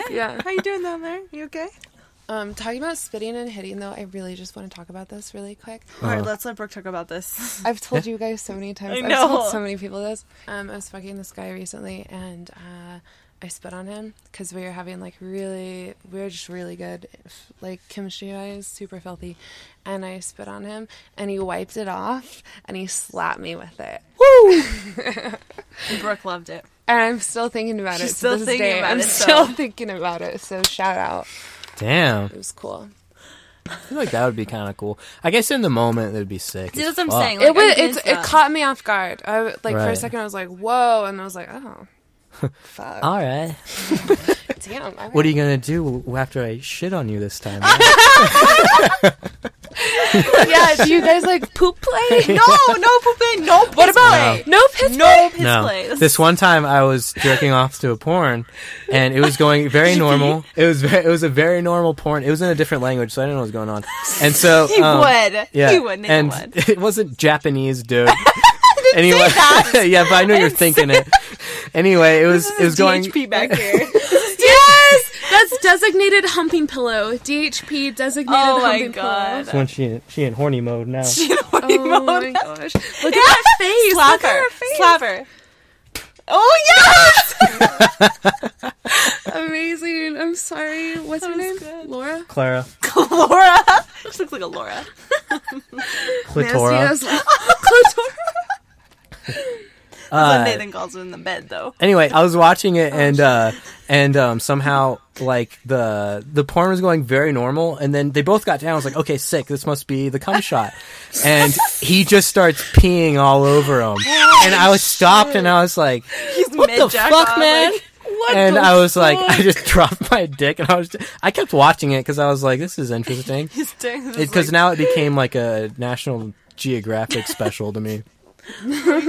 Speaker 2: yeah.
Speaker 1: How you doing down there? You okay?
Speaker 3: Uh-huh.
Speaker 2: Um, talking about spitting and hitting though, I really just want to talk about this really quick.
Speaker 1: All right, let's let Brooke talk about this.
Speaker 2: I've told you guys so many times.
Speaker 1: I
Speaker 2: I have told
Speaker 1: know.
Speaker 2: so many people this. Um, I was fucking this guy recently, and uh, I spit on him because we were having like really, we were just really good, like chemistry wise, super filthy. And I spit on him, and he wiped it off, and he slapped me with it.
Speaker 1: And <laughs> Brooke loved it.
Speaker 2: And I'm still thinking about
Speaker 1: She's
Speaker 2: it.
Speaker 1: still
Speaker 2: to this
Speaker 1: thinking
Speaker 2: day.
Speaker 1: about
Speaker 2: I'm
Speaker 1: it, so-
Speaker 2: still <laughs> thinking about it. So shout out.
Speaker 3: Damn,
Speaker 2: It was cool.
Speaker 3: I feel like that would be kind of cool. I guess in the moment it'd be sick.
Speaker 1: See,
Speaker 3: as
Speaker 1: that's what I'm
Speaker 3: fuck.
Speaker 1: saying.
Speaker 2: it
Speaker 1: Like, I
Speaker 2: was.
Speaker 1: miss
Speaker 2: It's, it
Speaker 1: that. <laughs>
Speaker 2: caught me off guard. I w- like for a
Speaker 3: Right.
Speaker 2: second I was like, whoa, and I was like,
Speaker 3: <laughs>
Speaker 2: oh, fuck,
Speaker 3: All right,
Speaker 2: damn. all
Speaker 3: Uh, what
Speaker 2: right.
Speaker 3: are you gonna do after I shit on you this time?
Speaker 1: <laughs>
Speaker 2: yeah, do you guys like poop
Speaker 1: <laughs>
Speaker 2: play?
Speaker 1: No, Oh, no pooping, no piss
Speaker 2: What about
Speaker 1: play.
Speaker 2: no piss
Speaker 1: No <laughs> piss
Speaker 3: no,
Speaker 1: play. This,
Speaker 3: this one time I was jerking off to a porn, and it was
Speaker 1: <laughs>
Speaker 3: going very normal. It was very, it was a very normal porn. It was in a different language, so I didn't know what was
Speaker 1: <laughs>
Speaker 3: going on. And so
Speaker 1: he
Speaker 3: um,
Speaker 1: would.
Speaker 3: Yeah,
Speaker 1: He would. Nick
Speaker 3: and
Speaker 1: would.
Speaker 3: it wasn't
Speaker 1: <laughs>
Speaker 3: Japanese, dude. anyway, <laughs> yeah, but I knew you were
Speaker 1: <laughs>
Speaker 3: thinking it. Anyway, <laughs> it was
Speaker 1: This is
Speaker 3: it was going.
Speaker 1: DHP
Speaker 3: <laughs>
Speaker 1: back here.
Speaker 2: Yes, that's designated humping pillow. DHP designated
Speaker 1: <laughs> oh my
Speaker 2: humping
Speaker 1: god. <laughs>
Speaker 3: When she she in horny mode now.
Speaker 2: pillow. Oh my gosh! Look at that face.
Speaker 1: Slap
Speaker 2: Look at
Speaker 1: her.
Speaker 2: her face.
Speaker 1: Slap her. Oh yes. <laughs>
Speaker 2: Amazing. I'm sorry. What's her
Speaker 1: was
Speaker 2: name?
Speaker 1: good.
Speaker 2: Laura.
Speaker 3: Clara,
Speaker 1: <laughs> Laura. She looks like a Laura.
Speaker 3: clitora.
Speaker 1: <gasps>
Speaker 2: Nasty as- Clitora.
Speaker 1: That's
Speaker 3: Uh,
Speaker 1: what Nathan calls her in the bed though. <laughs>
Speaker 3: anyway, I was watching
Speaker 1: Oh,
Speaker 3: it and uh and um somehow like the the porn was going very normal and then they both got down. I was like, okay, sick. This must be the cum shot. And he just starts peeing all over him.
Speaker 1: Oh,
Speaker 3: And I was stopped and I was like,
Speaker 1: He's
Speaker 3: what the
Speaker 1: mid-jack
Speaker 3: fuck,
Speaker 1: off, <laughs>
Speaker 3: man?
Speaker 1: like,
Speaker 3: and
Speaker 1: the
Speaker 3: I was like,
Speaker 1: fuck?
Speaker 2: <laughs>
Speaker 3: I just <laughs> dropped my dick, and I was, I kept watching it because I was like, this is interesting.
Speaker 1: His dick is
Speaker 3: Because
Speaker 1: like-
Speaker 3: now it became like a National Geographic special
Speaker 1: <laughs>
Speaker 3: to me.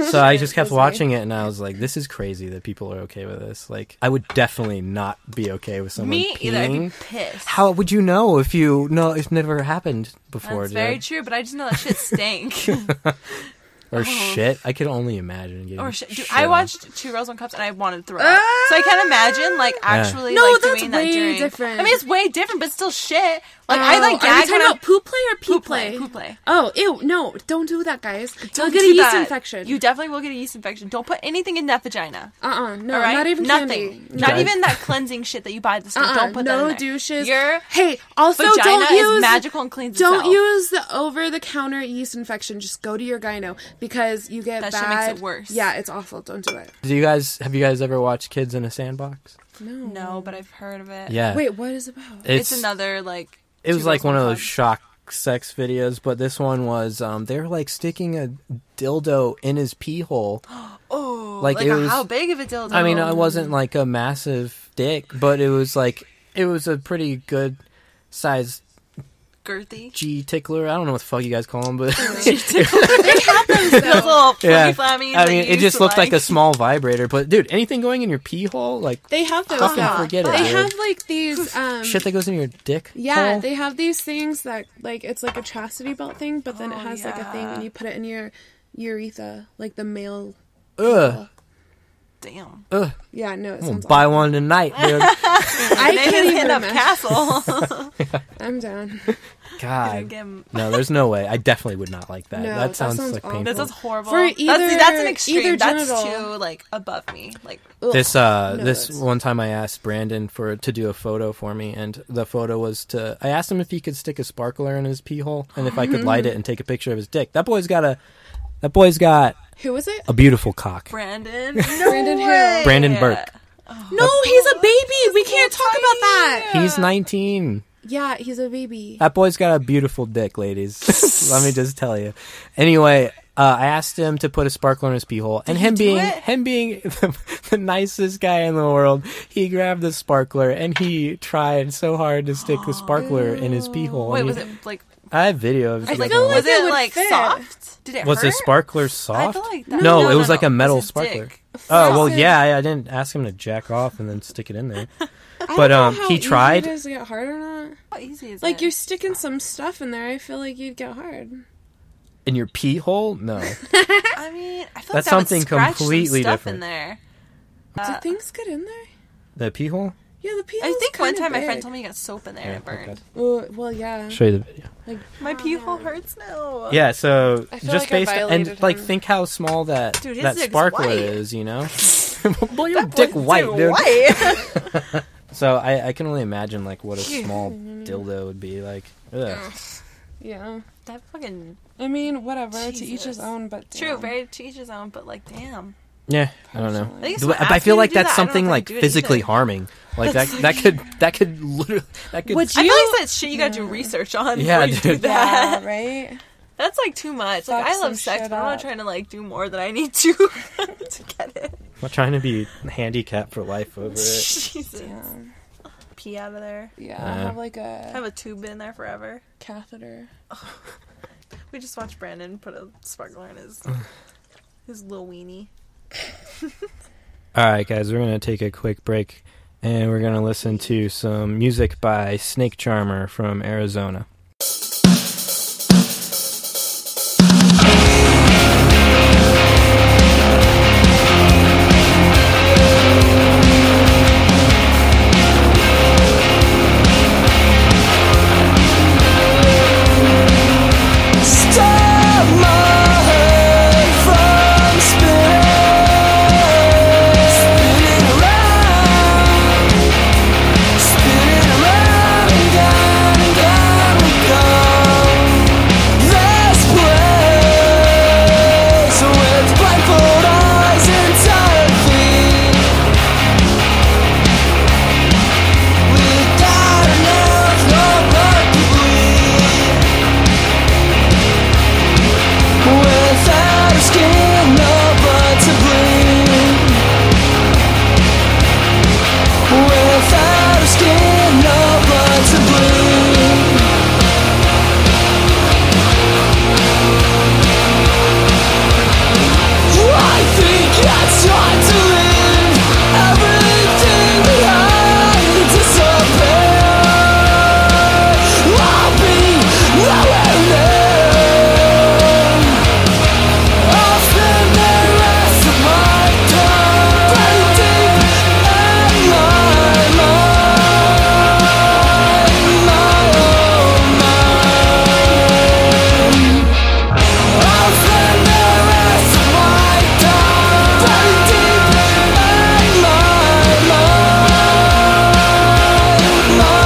Speaker 3: so I just kept watching it, and I was like, this is crazy that people are okay with this. Like, I would definitely not be okay with someone
Speaker 1: me
Speaker 3: peeing.
Speaker 1: either. I'd be pissed.
Speaker 3: How would you know if you no? It's never happened before,
Speaker 1: That's
Speaker 3: dude.
Speaker 1: very true, but I just know that shit
Speaker 3: <laughs>
Speaker 1: stank. <laughs>
Speaker 3: or shit. I could only imagine getting.
Speaker 1: or shit. Dude,
Speaker 3: shit
Speaker 1: I
Speaker 3: on.
Speaker 1: watched Two Girls One Cups and I wanted to throw up. So I can imagine like actually
Speaker 2: No,
Speaker 1: like,
Speaker 2: that's
Speaker 1: doing
Speaker 2: way
Speaker 1: that during.
Speaker 2: different.
Speaker 1: I mean, it's way different, but it's still shit. Like I like
Speaker 2: Are you
Speaker 1: gag
Speaker 2: talking
Speaker 1: when I'm
Speaker 2: about poop play or pee
Speaker 1: Poop
Speaker 2: play?
Speaker 1: play, poop play.
Speaker 2: Oh, ew! No, don't do that, guys. You'll
Speaker 1: Don't
Speaker 2: get a
Speaker 1: do
Speaker 2: yeast
Speaker 1: that.
Speaker 2: infection.
Speaker 1: You definitely will get a yeast infection. Don't put anything in that vagina.
Speaker 2: uh uh no,
Speaker 1: All right,
Speaker 2: not even
Speaker 1: nothing.
Speaker 2: candy.
Speaker 1: Not
Speaker 3: Guys.
Speaker 1: even that cleansing shit that you buy at the store.
Speaker 2: Uh-uh,
Speaker 1: don't put
Speaker 2: no
Speaker 1: that in there.
Speaker 2: douches.
Speaker 1: Your
Speaker 2: Hey, also
Speaker 1: vagina
Speaker 2: don't use
Speaker 1: is magical and cleans
Speaker 2: Don't
Speaker 1: itself.
Speaker 2: use the over-the-counter yeast infection. Just go to your gyno because you get
Speaker 1: That shit
Speaker 2: bad.
Speaker 1: makes it worse.
Speaker 2: Yeah, it's awful. Don't do it.
Speaker 3: Do you guys have you guys ever watched Kids in a Sandbox?
Speaker 2: No.
Speaker 1: No, but I've heard of it.
Speaker 3: Yeah.
Speaker 2: Wait, what is it about?
Speaker 1: it's, another like.
Speaker 3: it was
Speaker 1: Two
Speaker 3: like
Speaker 1: Girls,
Speaker 3: one of
Speaker 1: One
Speaker 3: those
Speaker 1: Cup.
Speaker 3: shock sex videos, but this one was um, they were like sticking a dildo in his pee hole.
Speaker 1: Oh,
Speaker 3: Like,
Speaker 1: like,
Speaker 3: it
Speaker 1: a-
Speaker 3: was-
Speaker 1: how big of a dildo?
Speaker 3: I mean, it wasn't like a massive dick, but it was like it was a pretty good sized <laughs>
Speaker 1: girthy.
Speaker 3: G tickler. I don't know what the fuck you guys call them, but
Speaker 2: <laughs>
Speaker 1: Those little
Speaker 3: <laughs> yeah,
Speaker 1: flammy flammies
Speaker 3: I
Speaker 1: that
Speaker 3: mean,
Speaker 1: you
Speaker 3: it
Speaker 1: used
Speaker 3: just
Speaker 1: to
Speaker 3: looked like
Speaker 1: like
Speaker 3: a small vibrator. But dude, anything going in your pee hole, like
Speaker 2: They have those.
Speaker 3: Fucking
Speaker 1: uh,
Speaker 2: though.
Speaker 3: forget it,
Speaker 2: They
Speaker 3: dude.
Speaker 2: have like these. Um,
Speaker 3: shit that goes in your dick.
Speaker 2: Yeah,
Speaker 3: hole?
Speaker 2: they have these things that like it's like a chastity belt thing, but
Speaker 1: Oh,
Speaker 2: then it has like a thing and you put it in your urethra, like the male.
Speaker 3: Ugh,
Speaker 1: damn.
Speaker 3: ugh.
Speaker 2: Yeah, no, it
Speaker 3: I'm gonna
Speaker 2: sounds.
Speaker 3: buy one tonight, dude.
Speaker 2: awful. I
Speaker 1: They
Speaker 2: can't
Speaker 1: didn't
Speaker 2: even.
Speaker 1: hit up
Speaker 2: Imagine.
Speaker 1: Castle.
Speaker 3: <laughs>
Speaker 1: <laughs> um,
Speaker 2: I'm down.
Speaker 3: God,
Speaker 1: Again,
Speaker 3: no, there's no way. I definitely would not like that.
Speaker 2: No,
Speaker 3: that
Speaker 2: that
Speaker 3: sounds,
Speaker 2: sounds
Speaker 3: like
Speaker 2: awful.
Speaker 3: painful.
Speaker 1: This is horrible.
Speaker 2: For
Speaker 1: that's, see, that's
Speaker 2: either-
Speaker 1: an
Speaker 2: either
Speaker 1: extreme. That's
Speaker 2: genital.
Speaker 1: too like above me. Like
Speaker 3: <laughs> this uh
Speaker 2: No,
Speaker 3: this
Speaker 2: that's-
Speaker 3: one time I asked Brandon for to do a photo for me and the photo was to I asked him if he could stick a sparkler in his pee hole and if I could light it and take a picture of his dick. That boy's got a that boy's got
Speaker 2: Who was it?
Speaker 3: a beautiful
Speaker 2: <laughs>
Speaker 3: cock.
Speaker 1: Brandon. No
Speaker 2: Brandon who?
Speaker 1: way.
Speaker 3: Brandon Burke.
Speaker 1: No, he's a baby. We can't talk about that.
Speaker 3: He's 19.
Speaker 2: Yeah, he's a baby.
Speaker 3: That boy's got a beautiful
Speaker 1: <laughs>
Speaker 3: dick, ladies. Let me just tell you. Anyway, uh, I asked him to put a sparkler in his pee hole, and him
Speaker 1: do
Speaker 3: being
Speaker 1: it?
Speaker 3: him being <laughs> the, the nicest guy in the world, he grabbed the sparkler and he tried so hard to stick the sparkler in his pee hole.
Speaker 1: Wait,
Speaker 3: and
Speaker 1: was
Speaker 3: he-
Speaker 1: it like
Speaker 3: I have video of it.
Speaker 1: was, like,
Speaker 3: if you want.
Speaker 1: was
Speaker 2: it
Speaker 1: it
Speaker 2: would
Speaker 1: like
Speaker 2: fit.
Speaker 1: soft? Did it
Speaker 3: Was
Speaker 1: hurt?
Speaker 3: the sparkler
Speaker 1: I
Speaker 3: soft?
Speaker 1: feel like
Speaker 3: no,
Speaker 1: that-
Speaker 3: it was like a metal
Speaker 1: It's his
Speaker 3: sparkler.
Speaker 1: dick.
Speaker 3: Oh well,
Speaker 2: Frosted.
Speaker 3: yeah. I, I didn't ask him to jack off and then stick it in there. But um, he tried.
Speaker 2: Easy it is to get hard or not?
Speaker 1: How easy is
Speaker 2: Like
Speaker 1: it?
Speaker 2: you're sticking some stuff in there. I feel like you'd get
Speaker 1: <laughs>
Speaker 2: hard.
Speaker 3: <laughs> In your pee hole? No.
Speaker 1: I mean, I feel like
Speaker 3: That's
Speaker 1: that would
Speaker 3: something
Speaker 1: scratch some
Speaker 3: completely
Speaker 1: stuff
Speaker 3: different.
Speaker 1: in there.
Speaker 2: Do
Speaker 1: Uh,
Speaker 2: things get in there?
Speaker 3: the pee hole?
Speaker 2: Yeah, the pee.
Speaker 1: I think one time my friend told me he got soap in there and it
Speaker 3: okay.
Speaker 1: burned. Oh,
Speaker 2: Well, well,
Speaker 1: Hmm?
Speaker 2: yeah.
Speaker 3: Show you the video.
Speaker 1: My pee hole hurts now.
Speaker 3: Yeah, so
Speaker 2: I feel like
Speaker 3: just
Speaker 2: I
Speaker 3: based and
Speaker 2: violated
Speaker 3: like
Speaker 2: him.
Speaker 3: think how small that
Speaker 1: Dude, his
Speaker 3: that
Speaker 1: dick's
Speaker 3: sparkler
Speaker 1: white.
Speaker 3: is,
Speaker 1: <laughs>
Speaker 3: you know. <laughs> Boy, your dick white, dude.
Speaker 1: White.
Speaker 3: <laughs> So I, I can only imagine like what a small dildo would be like. Ugh.
Speaker 2: Yeah.
Speaker 1: that fucking
Speaker 2: I mean, whatever. To each his
Speaker 1: Jesus.
Speaker 2: own, but
Speaker 1: true.
Speaker 2: damn.
Speaker 1: Very to each his own, but like, damn.
Speaker 3: Yeah, I don't know.
Speaker 2: Personally.
Speaker 1: I think
Speaker 3: Do-
Speaker 1: someone
Speaker 3: I
Speaker 1: asked me
Speaker 3: feel
Speaker 1: to
Speaker 3: like
Speaker 1: do
Speaker 3: that's
Speaker 1: that. I don't know
Speaker 3: something
Speaker 1: if I
Speaker 3: like
Speaker 1: could do it
Speaker 3: physically
Speaker 1: either.
Speaker 3: harming. Like
Speaker 1: That's
Speaker 3: that
Speaker 1: so
Speaker 3: that
Speaker 1: <laughs>
Speaker 3: could that could literally that could
Speaker 2: Would
Speaker 1: I
Speaker 2: you-
Speaker 1: feel like that's shit you gotta do research on
Speaker 3: Yeah,
Speaker 1: before you do
Speaker 3: dude.
Speaker 1: that.
Speaker 2: Yeah, right.
Speaker 1: <laughs> That's like too much. Like
Speaker 2: Fuck
Speaker 1: I love
Speaker 2: some
Speaker 1: sex,
Speaker 2: shit
Speaker 1: but I'm
Speaker 2: up.
Speaker 1: not trying to like do more than I need to <laughs> to get it.
Speaker 3: I'm trying to be handicapped for life over it.
Speaker 1: Jesus.
Speaker 2: Damn.
Speaker 1: Pee out of there.
Speaker 2: Yeah,
Speaker 3: Uh,
Speaker 2: have like
Speaker 1: I have
Speaker 2: a
Speaker 1: a tube in there forever.
Speaker 2: catheter.
Speaker 1: We just watched Brandon put a sparkler in
Speaker 3: <laughs>
Speaker 1: his his little weenie.
Speaker 3: All right, guys, we're gonna take a quick break, and we're gonna listen to some music by Snake Charmer from Arizona.
Speaker 4: Stop my head from spinning, spinning around, spinning around and down and down we go. This place with blindfold eyes and tired feet. We got enough love to bleed. Without a skin, no blood to bleed. Without a skin, no blood to bleed. I think it's time to leave everything behind and disappear. I'll be nowhere near. Often the rest of my time buried deep in my mind, my own mind. Often the rest of my time buried deep in my mind, my own mind.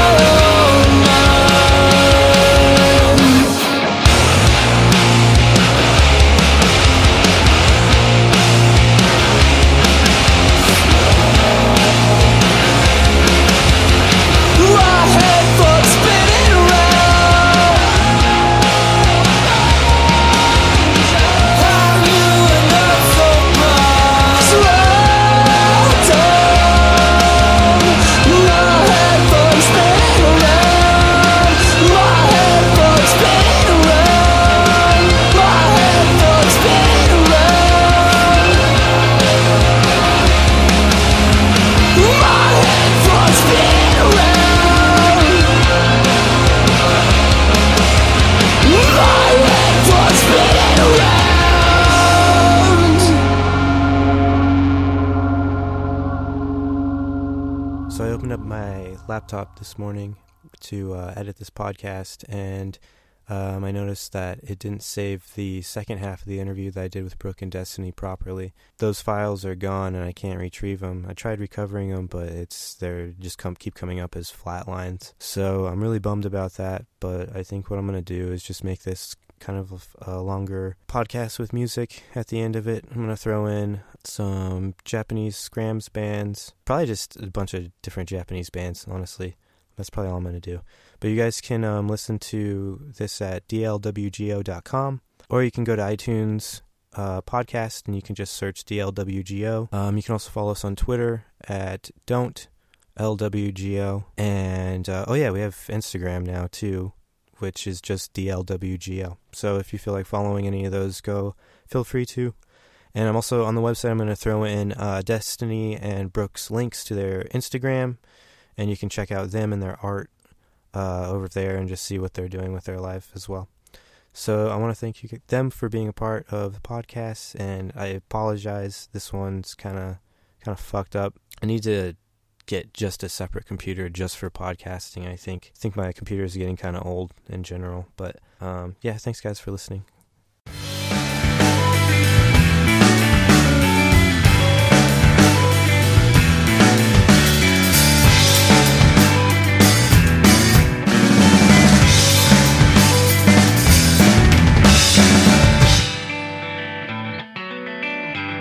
Speaker 4: My head full spinning around. How you end up so Slow down. My head full spinning around. My head full spinning around. My head full spinning around. My head full spinning around. My head full spinning around.
Speaker 3: So I opened up my laptop this morning to uh, edit this podcast, and um, I noticed that it didn't save the second half of the interview that I did with Brooke and Destiny properly. Those files are gone, and I can't retrieve them. I tried recovering them, but it's they're just come, keep coming up as flat lines. So I'm really bummed about that. But I think what I'm gonna do is just make this kind of a longer podcast with music at the end of it. I'm going to throw in some Japanese scrams bands, probably just a bunch of different Japanese bands, honestly. That's probably all I'm going to do. But you guys can um, listen to this at dlwgo.com or you can go to iTunes uh, podcast and you can just search DLWGO. Um, you can also follow us on Twitter at don't LWGO. And uh, oh, yeah, we have Instagram now too, which is just DLWGO. So if you feel like following any of those, go feel free to. And I'm also on the website, I'm going to throw in uh, Destiny and Brooks links to their Instagram, and you can check out them and their art uh, over there and just see what they're doing with their life as well. So I want to thank you them for being a part of the podcast, and I apologize. This one's kind of kind of fucked up. I need to get just a separate computer just for podcasting. I think I think my computer is getting kind of old in general, but um, yeah. Thanks guys for listening.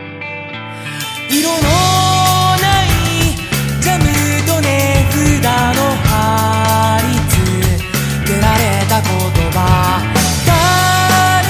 Speaker 4: 「色のないジャムと値札の貼り付けられた言葉」「誰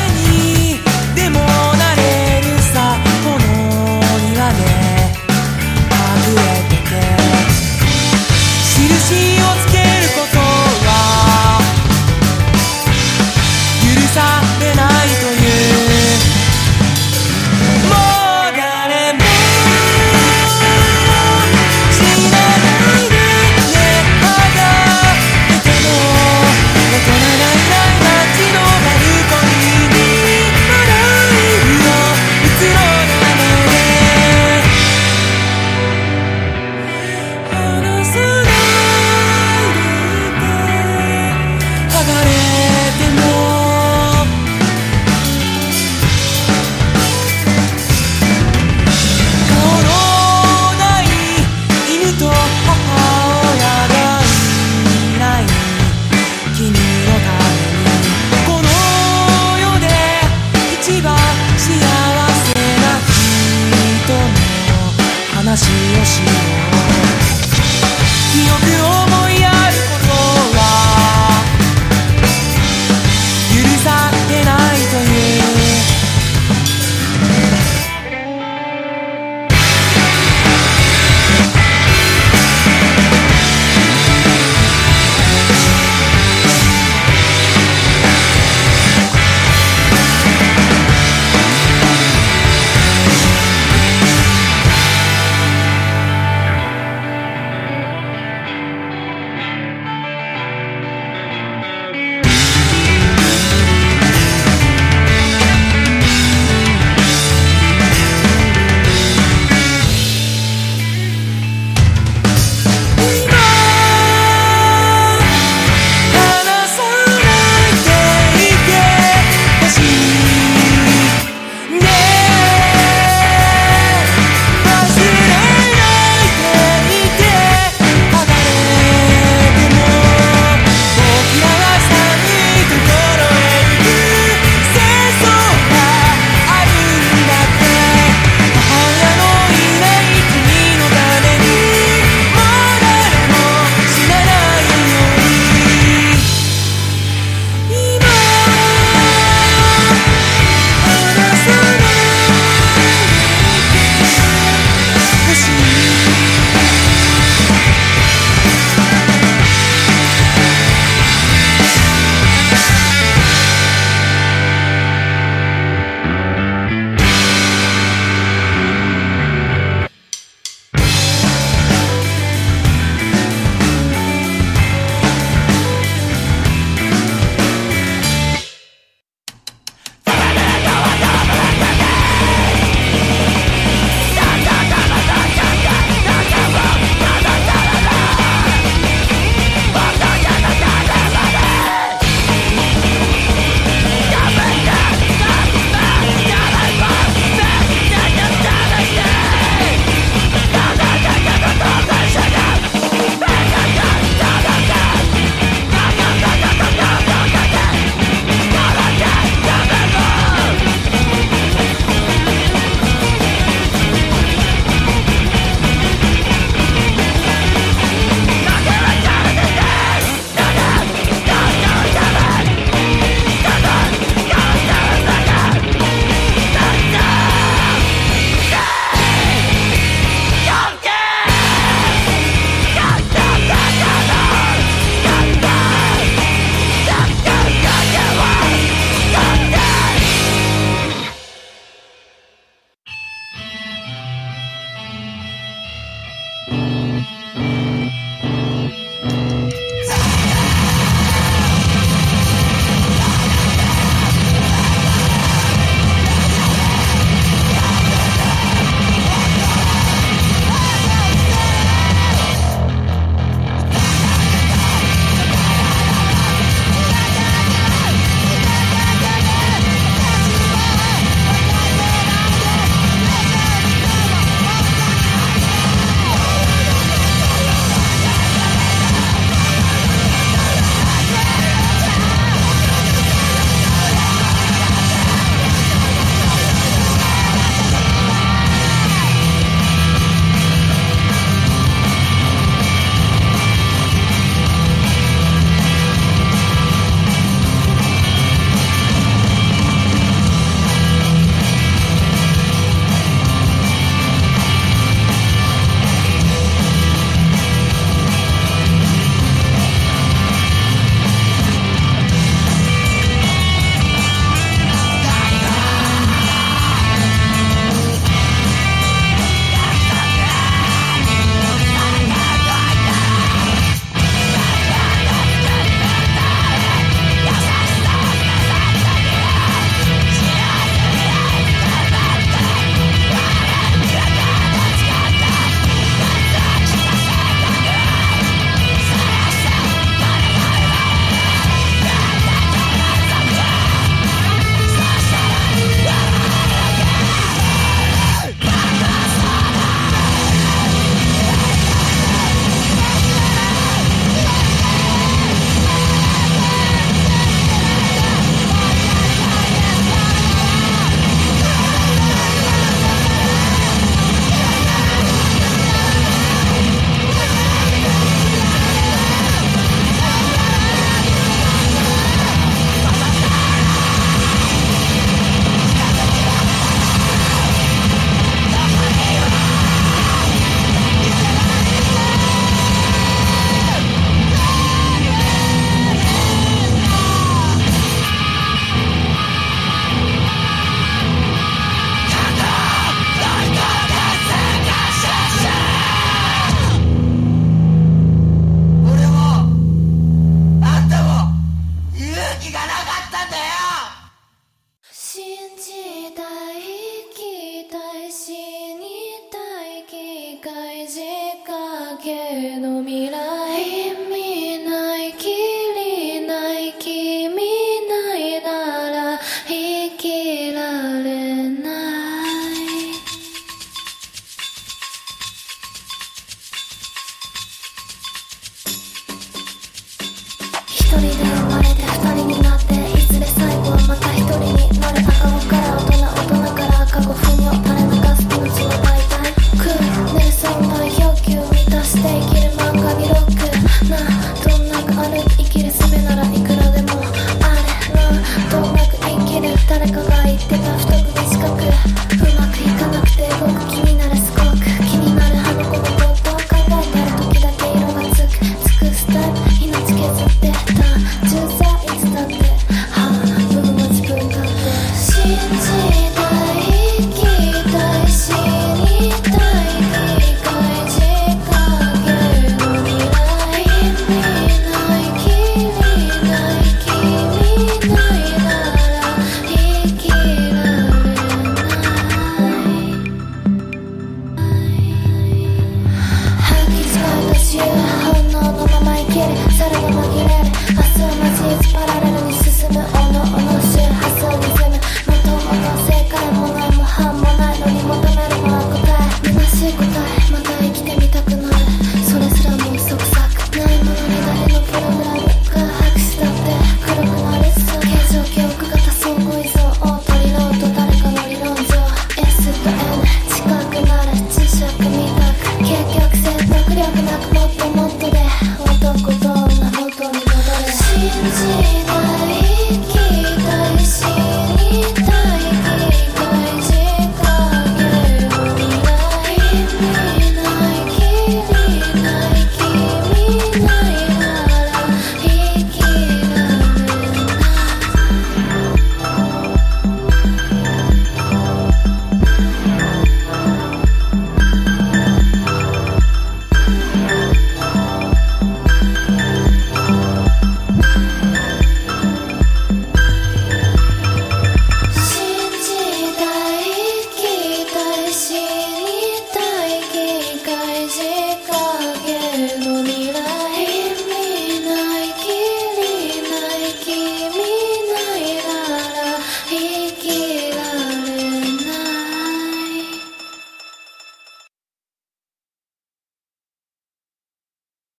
Speaker 5: けの未来見ないきりない君ないなら生きられない一人で生まれて二人になっていずれ最後はまた一人になる赤子から大人大人から赤子不尿垂れ流す命は大体クールネルソンの要求満たして生きる漫画にロックなどんなくある生きる術ならいくらでもあれなどんなく生きる誰かが言ってた太く短くうまくいかなくて動く気になるすごく気になるあの子のことを考えたら時だけ色がつくつくスタイル命削ってた重罪いつだって半分は自分だって信じたい生きたい死にたい繰り返し影の未来見ない君ない君ないなら生きられない Huggies 私本能のまま生きる猿の紛れる明日を待ちつパラレルに進むおのおの周波数リズム元もの正解もない模範もないのに求めるもは答え虚しい答えまた生きてみたくなるそれすらもうそくさくないものに誰のプログラムが白紙だって黒くなるさ形状記憶型相互依存を取りロード誰かの理論上 S と N 近くなる磁石みたく究極説得力なくもっともっとで男と